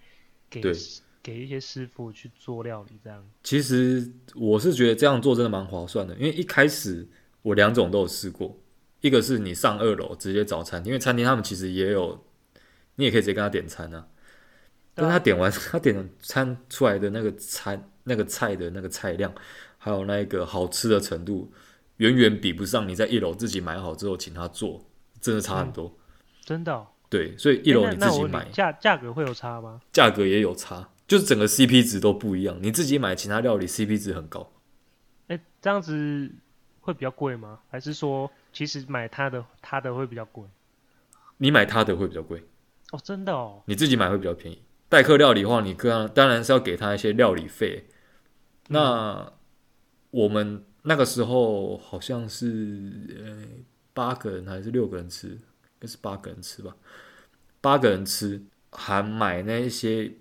[SPEAKER 1] 给
[SPEAKER 3] 对
[SPEAKER 1] 师给一些师傅去做料理，这样。
[SPEAKER 3] 其实我是觉得这样做真的蛮划算的，因为一开始我两种都有试过，一个是你上二楼直接找餐厅，因为餐厅他们其实也有，你也可以直接跟他点餐啊。但是他点完他点餐出来的那个餐那个菜的那个菜量，还有那个好吃的程度，远远比不上你在一楼自己买好之后请他做，真的差很多。
[SPEAKER 1] 真的、哦？
[SPEAKER 3] 对，所以
[SPEAKER 1] 嗯
[SPEAKER 3] 一
[SPEAKER 1] 诶
[SPEAKER 3] 楼
[SPEAKER 1] 那
[SPEAKER 3] 你
[SPEAKER 1] 那
[SPEAKER 3] 自
[SPEAKER 1] 我
[SPEAKER 3] 己
[SPEAKER 1] 问你
[SPEAKER 3] 买，
[SPEAKER 1] 价价格会有差吗？
[SPEAKER 3] 价格也有差，就是整个 CP 值都不一样。你自己买其他料理 CP 值很高。
[SPEAKER 1] 哎、这样子会比较贵吗？还是说其实买他的他的会比较贵？
[SPEAKER 3] 你买他的会比较贵，
[SPEAKER 1] 哦，真的哦，
[SPEAKER 3] 你自己买会比较便宜。代客料理的话，你当然当然是要给他一些料理费。那我们那个时候好像是呃八个人还是六个人吃，应该是八个人吃吧，八个人吃还买那一些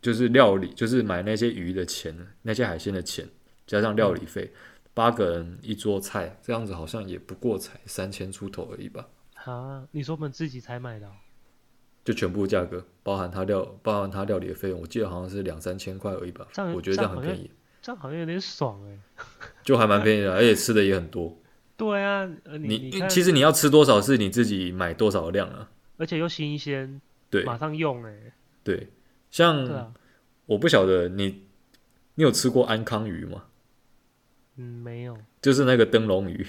[SPEAKER 3] 就是料理，就是买那些鱼的钱，那些海鲜的钱，加上料理费，八个人一桌菜，这样子好像也不过才三千出头而已吧。
[SPEAKER 1] 啊，你说我们自己才买的哦、
[SPEAKER 3] 就全部价格，包含它料，包含它料理的费用，我记得好像是两三千块而已吧
[SPEAKER 1] 这样。
[SPEAKER 3] 我觉得这样很便宜，
[SPEAKER 1] 这样好像有点爽哎、
[SPEAKER 3] 就还蛮便宜的，啊而且吃的也很多。
[SPEAKER 1] 对啊，呃，哎你
[SPEAKER 3] 你
[SPEAKER 1] 看，
[SPEAKER 3] 其实你要吃多少是你自己买多少量啊。
[SPEAKER 1] 而且又新鲜，
[SPEAKER 3] 对嗯
[SPEAKER 1] 马上用哎、
[SPEAKER 3] 对，
[SPEAKER 1] 对
[SPEAKER 3] 像
[SPEAKER 1] 啊，
[SPEAKER 3] 我不晓得你，你有吃过安康鱼吗？
[SPEAKER 1] 嗯，没有，
[SPEAKER 3] 就是那个灯笼鱼，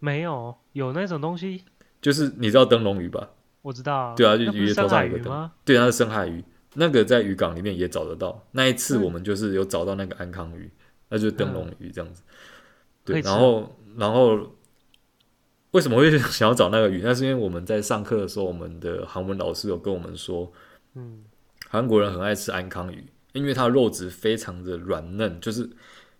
[SPEAKER 1] 没有，有那种东西，
[SPEAKER 3] 就是你知道灯笼鱼吧？
[SPEAKER 1] 我知道啊，
[SPEAKER 3] 对啊就
[SPEAKER 1] 那不
[SPEAKER 3] 鱼
[SPEAKER 1] 是
[SPEAKER 3] 的
[SPEAKER 1] 深
[SPEAKER 3] 头上
[SPEAKER 1] 海
[SPEAKER 3] 有个
[SPEAKER 1] 鱼
[SPEAKER 3] 灯
[SPEAKER 1] 吗？
[SPEAKER 3] 对，它是深海鱼，那个在渔港里面也找得到。那一次
[SPEAKER 1] 嗯
[SPEAKER 3] 我们就是有找到那个安康鱼，那就是灯笼鱼这样子。
[SPEAKER 1] 嗯可
[SPEAKER 3] 对，
[SPEAKER 1] 以吃
[SPEAKER 3] 然后然后为什么会想要找那个鱼？那是因为我们在上课的时候，我们的韩文老师有跟我们说，
[SPEAKER 1] 嗯，
[SPEAKER 3] 韩国人很爱吃安康鱼，因为它的肉质非常的软嫩，就是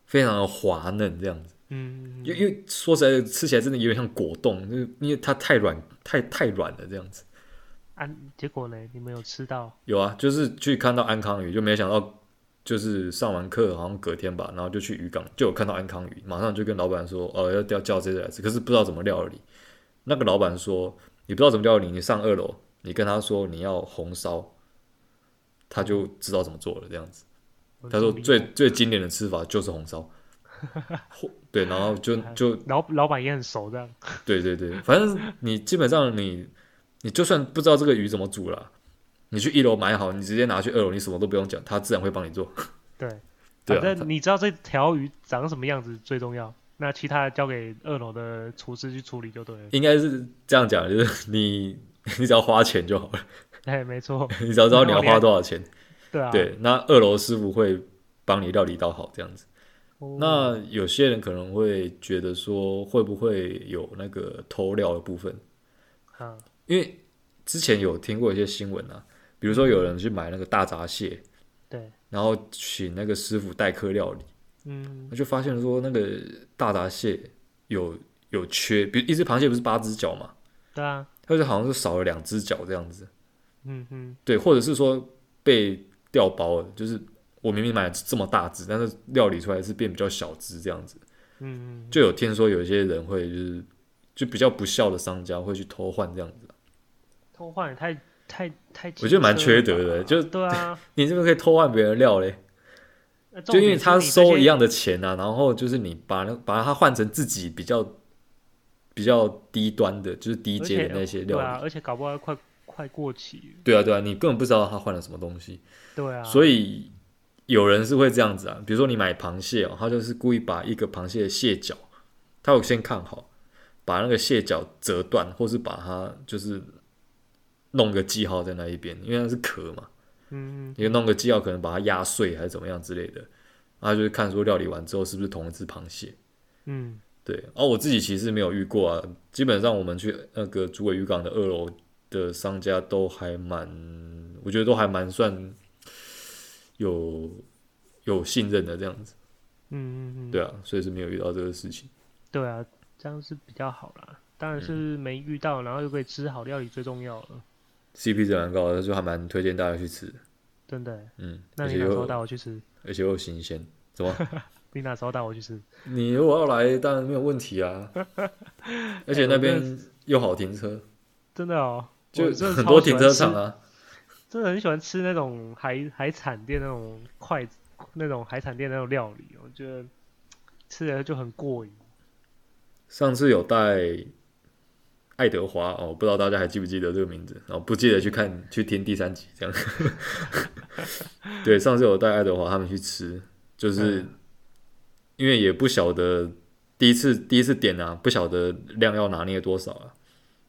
[SPEAKER 3] 非常的滑嫩这样子。
[SPEAKER 1] 嗯，
[SPEAKER 3] 因为因为说实在的，吃起来真的有点像果冻，就是因为它太软，太太软了这样子。
[SPEAKER 1] 啊，结果呢？你们有吃到？
[SPEAKER 3] 有啊，就是去看到安康鱼，就没想到，就是上完课好像隔天吧，然后就去渔港，就有看到安康鱼，马上就跟老板说，哦，要要叫这只来吃，可是不知道怎么料理。那个老板说，你不知道怎么料理，你上二楼，你跟他说你要红烧，他就知道怎么做了。这样子，
[SPEAKER 1] 我
[SPEAKER 3] 他说
[SPEAKER 1] 理
[SPEAKER 3] 最
[SPEAKER 1] 解
[SPEAKER 3] 最经典的吃法就是红烧，或对，然后就就
[SPEAKER 1] 老老板也很熟这样，
[SPEAKER 3] 对对对，反正你基本上你你就算不知道这个鱼怎么煮啦，你去一楼买好，你直接拿去二楼，你什么都不用讲，他自然会帮你做。
[SPEAKER 1] 对，反
[SPEAKER 3] 对啊，
[SPEAKER 1] 正你知道这条鱼长什么样子最重要，那其他的交给二楼的厨师去处理就对了。 <laughs>
[SPEAKER 3] 应该是这样讲，就是你 <laughs> 你只要花钱就好了，
[SPEAKER 1] 哎，没错，
[SPEAKER 3] 你只要知道你要花多少钱。
[SPEAKER 1] 对啊，，
[SPEAKER 3] 对，那二楼师傅会帮你料理到好这样子。
[SPEAKER 1] 哦、
[SPEAKER 3] 那有些人可能会觉得说，会不会有那个偷料的部分？
[SPEAKER 1] 啊，
[SPEAKER 3] 因为之前有听过一些新闻啊，比如说有人去买那个大闸蟹，
[SPEAKER 1] 对，
[SPEAKER 3] 然后请那个师傅代客料理，
[SPEAKER 1] 嗯，
[SPEAKER 3] 那就发现说那个大闸蟹有有缺，比如一只螃蟹不是八只脚嘛，
[SPEAKER 1] 对啊，
[SPEAKER 3] 它就好像是少了两只脚这样子，
[SPEAKER 1] 嗯哼，
[SPEAKER 3] 对，或者是说被调包了，就是我明明买了这么大只，但是料理出来是变比较小只这样子，
[SPEAKER 1] 嗯嗯，
[SPEAKER 3] 就有听说有一些人会就是就比较不孝的商家会去偷换这样子，
[SPEAKER 1] 偷换也太太太，
[SPEAKER 3] 我觉得蛮缺德的，就
[SPEAKER 1] 对
[SPEAKER 3] <laughs>
[SPEAKER 1] 啊，
[SPEAKER 3] 你这个可以偷换别人料嘞，
[SPEAKER 1] 那重
[SPEAKER 3] 就因为
[SPEAKER 1] 点是
[SPEAKER 3] 他
[SPEAKER 1] 你这
[SPEAKER 3] 收
[SPEAKER 1] 些
[SPEAKER 3] 一样的钱啊，然后就是你把那把它换成自己比较比较低端的，就是低
[SPEAKER 1] 而
[SPEAKER 3] 阶
[SPEAKER 1] 且
[SPEAKER 3] 的那些料
[SPEAKER 1] 对啊，
[SPEAKER 3] 理。
[SPEAKER 1] 而且搞不好快快过期了，
[SPEAKER 3] 对啊，对啊，你根本不知道他换了什么东西，
[SPEAKER 1] 对啊，
[SPEAKER 3] 所
[SPEAKER 1] 以
[SPEAKER 3] 以有人是会这样子啊，比如说你买螃蟹哦，他就是故意把一个螃蟹的蟹脚，他有先看好，把那个蟹脚折断，或是把它就是弄个记号在那一边，因为它是壳嘛，
[SPEAKER 1] 嗯，
[SPEAKER 3] 你弄个记号可能把它压碎还是怎么样之类的，然后就是看说料理完之后是不是同一只螃蟹。
[SPEAKER 1] 嗯，
[SPEAKER 3] 对，哦，我自己其实没有遇过啊。基本上我们去那个竹尾渔港的二楼的商家都还蛮，我觉得都还蛮算有有信任的这样子。
[SPEAKER 1] 嗯嗯嗯，
[SPEAKER 3] 对啊，所以是没有遇到这个事情。
[SPEAKER 1] 对啊，这样是比较好啦。当然
[SPEAKER 3] 嗯
[SPEAKER 1] 是没遇到，然后又可以吃好料理最重要了，
[SPEAKER 3] CP 值蛮高的，就还蛮推荐大家去吃的。
[SPEAKER 1] 真的。
[SPEAKER 3] 嗯，
[SPEAKER 1] 那
[SPEAKER 3] 而
[SPEAKER 1] 你
[SPEAKER 3] 且
[SPEAKER 1] 哪时候
[SPEAKER 3] 又
[SPEAKER 1] 带我去吃？
[SPEAKER 3] 而且又新鲜，怎么？ <laughs>
[SPEAKER 1] 你哪时候带我去吃？
[SPEAKER 3] 你如果要来，当然没有问题啊。
[SPEAKER 1] <laughs>
[SPEAKER 3] 而
[SPEAKER 1] 哎
[SPEAKER 3] 且那边又好停车，
[SPEAKER 1] 真的哦，
[SPEAKER 3] 就
[SPEAKER 1] 我真的
[SPEAKER 3] 很
[SPEAKER 1] 超
[SPEAKER 3] 多
[SPEAKER 1] 喜
[SPEAKER 3] 停
[SPEAKER 1] 欢
[SPEAKER 3] 车
[SPEAKER 1] 吃
[SPEAKER 3] 场，啊。
[SPEAKER 1] 真的很喜欢吃那种海海产店那种筷子、那种海产店那种料理，我觉得吃的就很过瘾。
[SPEAKER 3] 上次有带爱德华哦，不知道大家还记不记得这个名字？然、后不记得去看去听第三集这样。 <laughs> 对，上次有带爱德华他们去吃，就是、
[SPEAKER 1] 嗯
[SPEAKER 3] 因为也不晓得第一次第一次点啊，不晓得量要拿捏多少啊，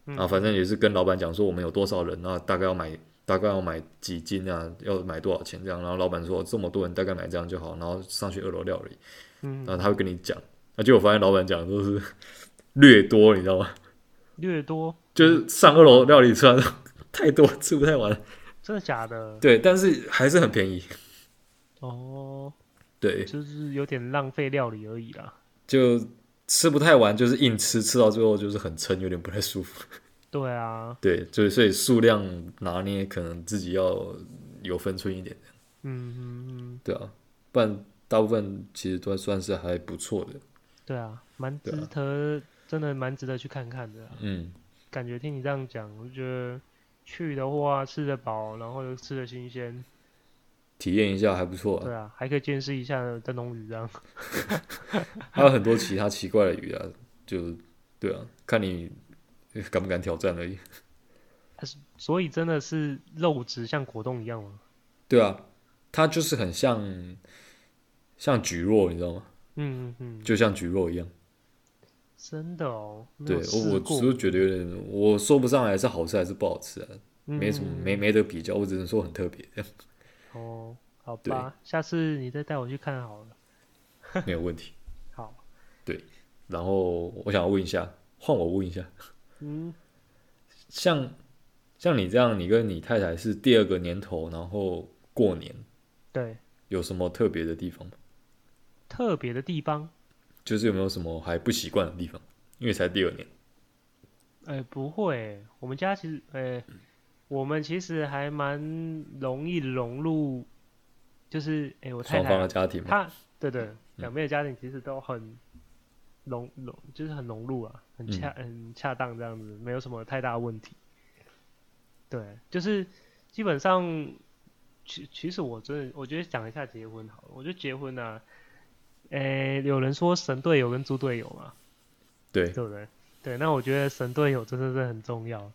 [SPEAKER 1] 嗯
[SPEAKER 3] 啊，反正也是跟老板讲说我们有多少人，然后大概要买大概要买几斤啊，要买多少钱这样，然后老板说这么多人大概买这样就好，然后上去二楼料理。
[SPEAKER 1] 嗯，
[SPEAKER 3] 然后他会跟你讲，那结果我发现老板讲的都是 <laughs> 略多，你知道吗？
[SPEAKER 1] 略多，
[SPEAKER 3] 就是上二楼料理吃完太多，吃不太完。
[SPEAKER 1] 真的假的？
[SPEAKER 3] 对，但是还是很便宜。
[SPEAKER 1] 哦，
[SPEAKER 3] 对，
[SPEAKER 1] 就是有点浪费料理而已啦。
[SPEAKER 3] 就吃不太完，就是硬吃，吃到最后就是很撑，有点不太舒服。
[SPEAKER 1] 对啊，
[SPEAKER 3] 对，就是所以数量拿捏可能自己要有分寸一点，
[SPEAKER 1] 嗯，嗯嗯
[SPEAKER 3] 对啊，不然大部分其实都算是还不错的。
[SPEAKER 1] 对啊，蛮值
[SPEAKER 3] 对啊
[SPEAKER 1] 得，真的蛮值得去看看的啊、
[SPEAKER 3] 嗯，
[SPEAKER 1] 感觉听你这样讲，我就觉得去的话吃得饱，然后又吃得新鲜，
[SPEAKER 3] 体验一下还不错、啊
[SPEAKER 1] 对。啊，还可以见识一下灯笼鱼这样。 <laughs>
[SPEAKER 3] 还有很多其他奇怪的鱼啊，就对啊，看你 <laughs> 呃敢不敢挑战而已。
[SPEAKER 1] 所以真的是肉质像果冻一样吗？
[SPEAKER 3] 对啊，它就是很像像蒟蒻，你知道吗？
[SPEAKER 1] 嗯嗯嗯，
[SPEAKER 3] 就像蒟蒻一样。
[SPEAKER 1] 真的哦，没
[SPEAKER 3] 对
[SPEAKER 1] 有
[SPEAKER 3] 我，我
[SPEAKER 1] 试过，
[SPEAKER 3] 就觉得有点，我说不上来是好吃还是不好吃啊，没什么，
[SPEAKER 1] 嗯
[SPEAKER 3] 没没得比较，我只能说很特别，
[SPEAKER 1] 哦，好吧，下次你再带我去看好了。
[SPEAKER 3] 没有问题。
[SPEAKER 1] 好，
[SPEAKER 3] 对，然后我想要问一下，换我问一下，
[SPEAKER 1] 嗯，
[SPEAKER 3] 像像你这样，你跟你太太是第二个年头，然后过年
[SPEAKER 1] 对，
[SPEAKER 3] 有什么特别的地方吗？
[SPEAKER 1] 特别的地方，
[SPEAKER 3] 就是有没有什么还不习惯的地方？因为才第二年，
[SPEAKER 1] 哎、不会、我们家其实，哎、我们其实还蛮容易融入，就是哎、我太
[SPEAKER 3] 双方
[SPEAKER 1] 太
[SPEAKER 3] 的嗯家庭嘛，
[SPEAKER 1] 她，对对，两边的家庭其实都很融融，就是很融入啊，很恰
[SPEAKER 3] 嗯
[SPEAKER 1] 很恰当这样子，没有什么太大问题。对，就是基本上，其其实我真的，我觉得讲一下结婚好了，我觉得结婚啊，哎、有人说神队友跟猪队友嘛，
[SPEAKER 3] 对，
[SPEAKER 1] 对不对？对，那我觉得神队友真的是很重要。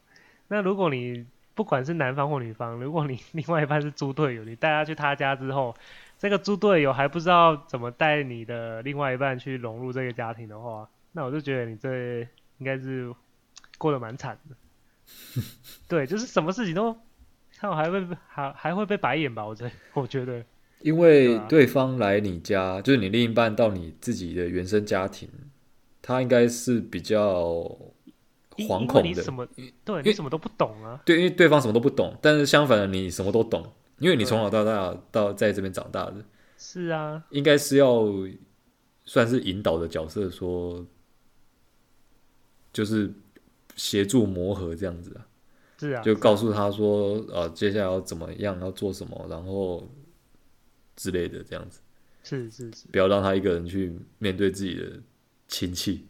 [SPEAKER 1] 那如果你不管是男方或女方，如果你 <laughs> 另外一半是猪队友，你带他去他家之后，这个猪队友还不知道怎么带你的另外一半去融入这个家庭的话，那我就觉得你这应该是过得蛮惨的。
[SPEAKER 3] <laughs>
[SPEAKER 1] 对，就是什么事情都，看我还会还还会被白眼吧？我觉得我觉得
[SPEAKER 3] 因为
[SPEAKER 1] 对啊
[SPEAKER 3] 对方来你家，就是你另一半到你自己的原生家庭，他应该是比较
[SPEAKER 1] 因
[SPEAKER 3] 惶
[SPEAKER 1] 因为
[SPEAKER 3] 恐
[SPEAKER 1] 你
[SPEAKER 3] 的
[SPEAKER 1] 什，么对
[SPEAKER 3] 因
[SPEAKER 1] 你
[SPEAKER 3] 为
[SPEAKER 1] 什么都不懂啊，
[SPEAKER 3] 对，因为对方什么都不懂，但是相反的你什么都懂，因为你从小到大到在这边长大的，
[SPEAKER 1] 是啊，
[SPEAKER 3] 应该是要算是引导的角色说就是协助磨合这样子啊，
[SPEAKER 1] 是啊，
[SPEAKER 3] 就告诉他说，呃，接下来要怎么样，要做什么，然后之类的这样子，
[SPEAKER 1] 是是是。
[SPEAKER 3] 不要让他一个人去面对自己的亲戚。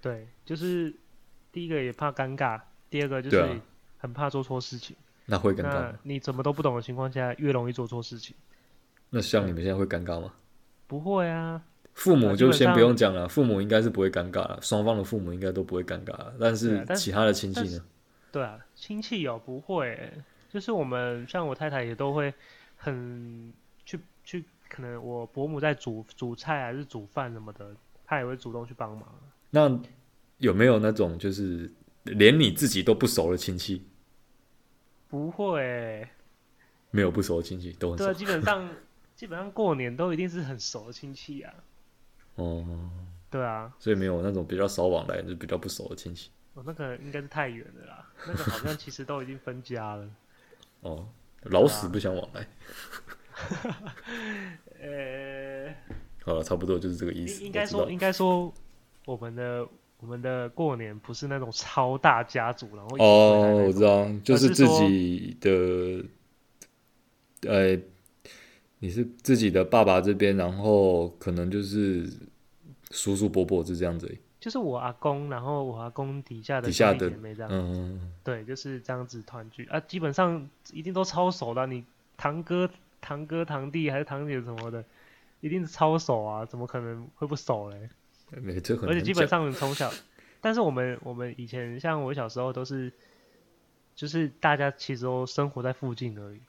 [SPEAKER 1] 对，就是第一个也怕尴尬，第二个就
[SPEAKER 3] 对
[SPEAKER 1] 是
[SPEAKER 3] 啊
[SPEAKER 1] 很怕做错事情。
[SPEAKER 3] 那会尴尬
[SPEAKER 1] 那
[SPEAKER 3] 吗？
[SPEAKER 1] 你怎么都不懂的情况下，越容易做错事情。
[SPEAKER 3] 那像你们现在会尴尬吗？
[SPEAKER 1] 不会啊，
[SPEAKER 3] 父母就
[SPEAKER 1] 基本
[SPEAKER 3] 先
[SPEAKER 1] 上
[SPEAKER 3] 不用讲了，父母应该是不会尴尬了，双方的父母应该都不会尴尬了。但
[SPEAKER 1] 对
[SPEAKER 3] 是
[SPEAKER 1] 啊但
[SPEAKER 3] 其他的亲戚
[SPEAKER 1] 但
[SPEAKER 3] 呢？
[SPEAKER 1] 对啊，亲戚有不会欸、就是我们像我太太也都会很去去，可能我伯母在煮煮菜啊还是煮饭什么的，她也会主动去帮忙。
[SPEAKER 3] 那有没有那种就是连你自己都不熟的亲戚？
[SPEAKER 1] 不会欸、
[SPEAKER 3] 没有不熟的亲戚都很
[SPEAKER 1] 对啊，
[SPEAKER 3] 熟。
[SPEAKER 1] 基本上基本上过年都一定是很熟的亲戚啊。
[SPEAKER 3] 哦，
[SPEAKER 1] 对啊，
[SPEAKER 3] 所以没有那种比较少往来，就是比较不熟的亲戚。
[SPEAKER 1] 我、那个应该是太远了啦，那个好像其实都已经分家了。
[SPEAKER 3] 哦，老
[SPEAKER 1] 啊
[SPEAKER 3] 死不相往来。
[SPEAKER 1] 呃，
[SPEAKER 3] 好了，差不多就是这个意
[SPEAKER 1] 应
[SPEAKER 3] 思。
[SPEAKER 1] 应该
[SPEAKER 3] 我
[SPEAKER 1] 说，
[SPEAKER 3] 知道
[SPEAKER 1] 应该说，我们的我们的过年不是那种超大家族，然后一起回来
[SPEAKER 3] 哦，
[SPEAKER 1] 那
[SPEAKER 3] 我
[SPEAKER 1] 种
[SPEAKER 3] 知道，就
[SPEAKER 1] 而是
[SPEAKER 3] 是自己的，呃，你是自己的爸爸这边，然后可能就是叔叔伯伯是这样子而已。
[SPEAKER 1] 就是我阿公，然后我阿公底下的
[SPEAKER 3] 底下
[SPEAKER 1] 兄弟
[SPEAKER 3] 的
[SPEAKER 1] 姐妹这样，
[SPEAKER 3] 嗯，
[SPEAKER 1] 对，就是这样子团聚啊，基本上一定都超熟的啊、你堂哥、堂哥、堂弟还是堂姐什么的，一定是超熟啊，怎么可能会不熟嘞？
[SPEAKER 3] 嗯没这很
[SPEAKER 1] 而且
[SPEAKER 3] 难
[SPEAKER 1] 基本上
[SPEAKER 3] 讲。
[SPEAKER 1] 从小，但是我们我们以前像我小时候都是，就是大家其实都生活在附近而已，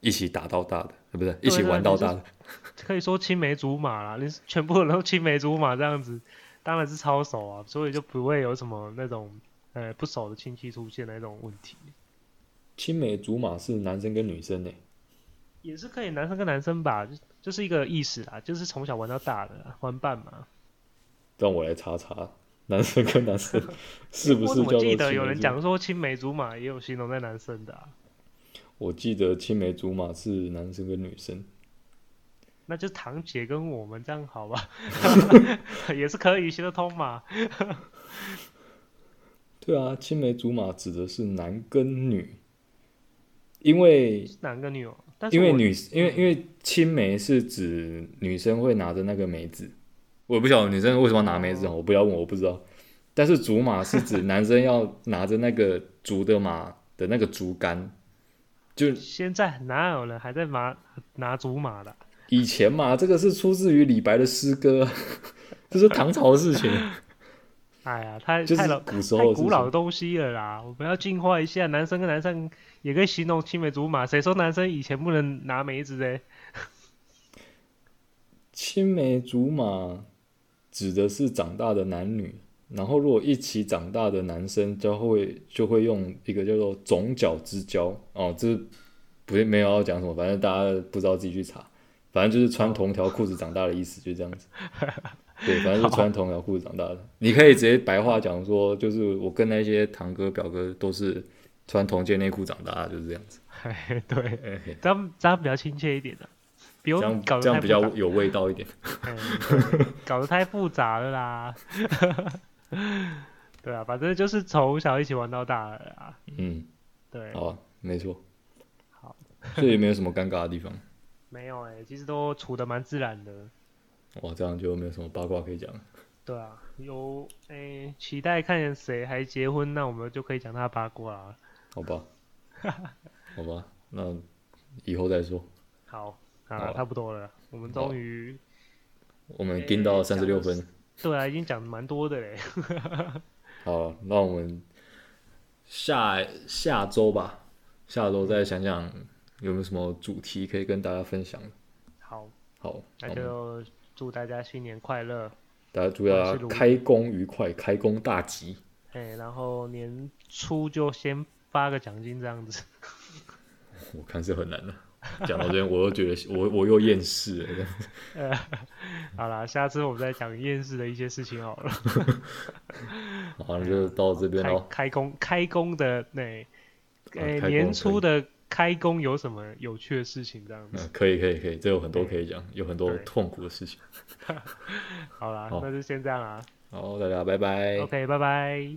[SPEAKER 3] 一起打到大的，呃不是
[SPEAKER 1] 对
[SPEAKER 3] 一起
[SPEAKER 1] 对
[SPEAKER 3] 玩
[SPEAKER 1] 你
[SPEAKER 3] 到
[SPEAKER 1] 是
[SPEAKER 3] 大的。
[SPEAKER 1] 可以说青梅竹马啦，你是全部人都青梅竹马这样子，当然是超熟啊，所以就不会有什么那种呃不熟的亲戚出现那种问题，
[SPEAKER 3] 青梅竹马是男生跟女生呢、
[SPEAKER 1] 也是可以男生跟男生吧，就就是一个意思啦，就是从小玩到大的啦玩伴嘛。
[SPEAKER 3] 让我来查查，男生跟男生 <laughs> 是不
[SPEAKER 1] 我
[SPEAKER 3] 是
[SPEAKER 1] 怎么
[SPEAKER 3] 叫做
[SPEAKER 1] 记
[SPEAKER 3] 青
[SPEAKER 1] 得
[SPEAKER 3] 梅
[SPEAKER 1] 有人
[SPEAKER 3] 竹
[SPEAKER 1] 讲说青梅竹马也有形容在男生的、啊，
[SPEAKER 3] 我记得青梅竹马是男生跟女生，
[SPEAKER 1] 那就堂姐跟我们这样好吧， <laughs> 也是可以行得通嘛。
[SPEAKER 3] 对啊，青梅竹马指的是男跟女，因为
[SPEAKER 1] 是男跟女哦，但是
[SPEAKER 3] 因为
[SPEAKER 1] 我
[SPEAKER 3] 女因为因为青梅是指女生会拿着那个梅子，我也不晓得女生为什么要拿梅子，啊
[SPEAKER 1] 哦
[SPEAKER 3] 我不要问，我不知道。但是竹马是
[SPEAKER 1] <laughs>
[SPEAKER 3] 指男生要拿着那个竹的马的那个竹竿，就
[SPEAKER 1] 现在哪有人还在拿拿竹马的啊？
[SPEAKER 3] 以前嘛，这个是出自于李白的诗歌啊， <laughs> 这是唐朝的事情，
[SPEAKER 1] 哎呀，太
[SPEAKER 3] 就
[SPEAKER 1] 太
[SPEAKER 3] 是
[SPEAKER 1] 老
[SPEAKER 3] 古时
[SPEAKER 1] 太
[SPEAKER 3] 候的事
[SPEAKER 1] 古老的
[SPEAKER 3] 情。
[SPEAKER 1] 东西了啦，我们要进化一下。男生跟男生也可以形容青梅竹马，谁说男生以前不能拿梅子
[SPEAKER 3] <laughs>
[SPEAKER 1] 的？
[SPEAKER 3] 青梅竹马指的是长大的男女，然后如果一起长大的男生就会就会用一个叫做种角之交哦，这不是没有要讲什么，
[SPEAKER 1] <laughs>
[SPEAKER 3] 反正大家不知道自己去查，反正就是穿同条裤子长大的意思，就这样子。对，反正是穿童谣裤长大的。你可以直接白话讲说，就是我跟那些堂哥表哥都是穿同件内裤长大的，就是这样子。
[SPEAKER 1] 嘿对，
[SPEAKER 3] 嘿嘿
[SPEAKER 1] 这样这样比较亲切一点的、不
[SPEAKER 3] 这
[SPEAKER 1] 用
[SPEAKER 3] 样
[SPEAKER 1] 哎搞得
[SPEAKER 3] 这样
[SPEAKER 1] 太
[SPEAKER 3] 比
[SPEAKER 1] 复
[SPEAKER 3] 较
[SPEAKER 1] 杂
[SPEAKER 3] 有味道一点。
[SPEAKER 1] 嗯
[SPEAKER 3] <laughs>
[SPEAKER 1] 对搞得太复杂了啦。 <laughs> 对啊，反正就是从小一起玩到大了啦。
[SPEAKER 3] 嗯，
[SPEAKER 1] 对，
[SPEAKER 3] 好啊，没错。
[SPEAKER 1] 好，
[SPEAKER 3] <laughs> 所以也没有什么尴尬的地方。
[SPEAKER 1] 没有哎、其实都处的蛮自然的。
[SPEAKER 3] 哇，这样就没有什么八卦可以讲了。
[SPEAKER 1] 对啊，有哎、期待看谁还结婚，那我们就可以讲他八卦啊。<laughs>
[SPEAKER 3] 好吧，好吧，那以后再说。
[SPEAKER 1] 好，
[SPEAKER 3] 好
[SPEAKER 1] 啊，
[SPEAKER 3] 啊
[SPEAKER 1] 差不多了，我们
[SPEAKER 3] 好
[SPEAKER 1] 终于
[SPEAKER 3] 我们盯到三十六分，
[SPEAKER 1] 对啊，已经讲的蛮多的嘞。
[SPEAKER 3] 好，那我们下下周吧，下周再想想有没有什么主题可以跟大家分享。
[SPEAKER 1] 好，
[SPEAKER 3] 好，那
[SPEAKER 1] 那
[SPEAKER 3] 我们
[SPEAKER 1] 就祝大家新年快乐，
[SPEAKER 3] 大家祝大
[SPEAKER 1] 我是
[SPEAKER 3] 家
[SPEAKER 1] 卢
[SPEAKER 3] 开工愉快，开工大吉。
[SPEAKER 1] 哎、然后年初就先发个奖金这样
[SPEAKER 3] <laughs>
[SPEAKER 1] 子。
[SPEAKER 3] 我看是很难的，讲到这边我又觉得我我又厌世了这样。
[SPEAKER 1] 好啦，下次我们再讲厌世的一些事情好了。
[SPEAKER 3] 好，那就到这
[SPEAKER 1] <laughs>
[SPEAKER 3] 边
[SPEAKER 1] 开
[SPEAKER 3] 喽。
[SPEAKER 1] 开工开工的那，
[SPEAKER 3] 啊
[SPEAKER 1] 哎、
[SPEAKER 3] 开工
[SPEAKER 1] 年
[SPEAKER 3] 可
[SPEAKER 1] 初
[SPEAKER 3] 以
[SPEAKER 1] 的开工有什么有趣的事情这样子？
[SPEAKER 3] 嗯，可以可以可以，这有很多可以讲，有很多
[SPEAKER 1] 对
[SPEAKER 3] 痛苦的事情。
[SPEAKER 1] 好啦，
[SPEAKER 3] 好
[SPEAKER 1] 那就先这样啊。
[SPEAKER 3] 好，大家拜拜。
[SPEAKER 1] OK，拜拜。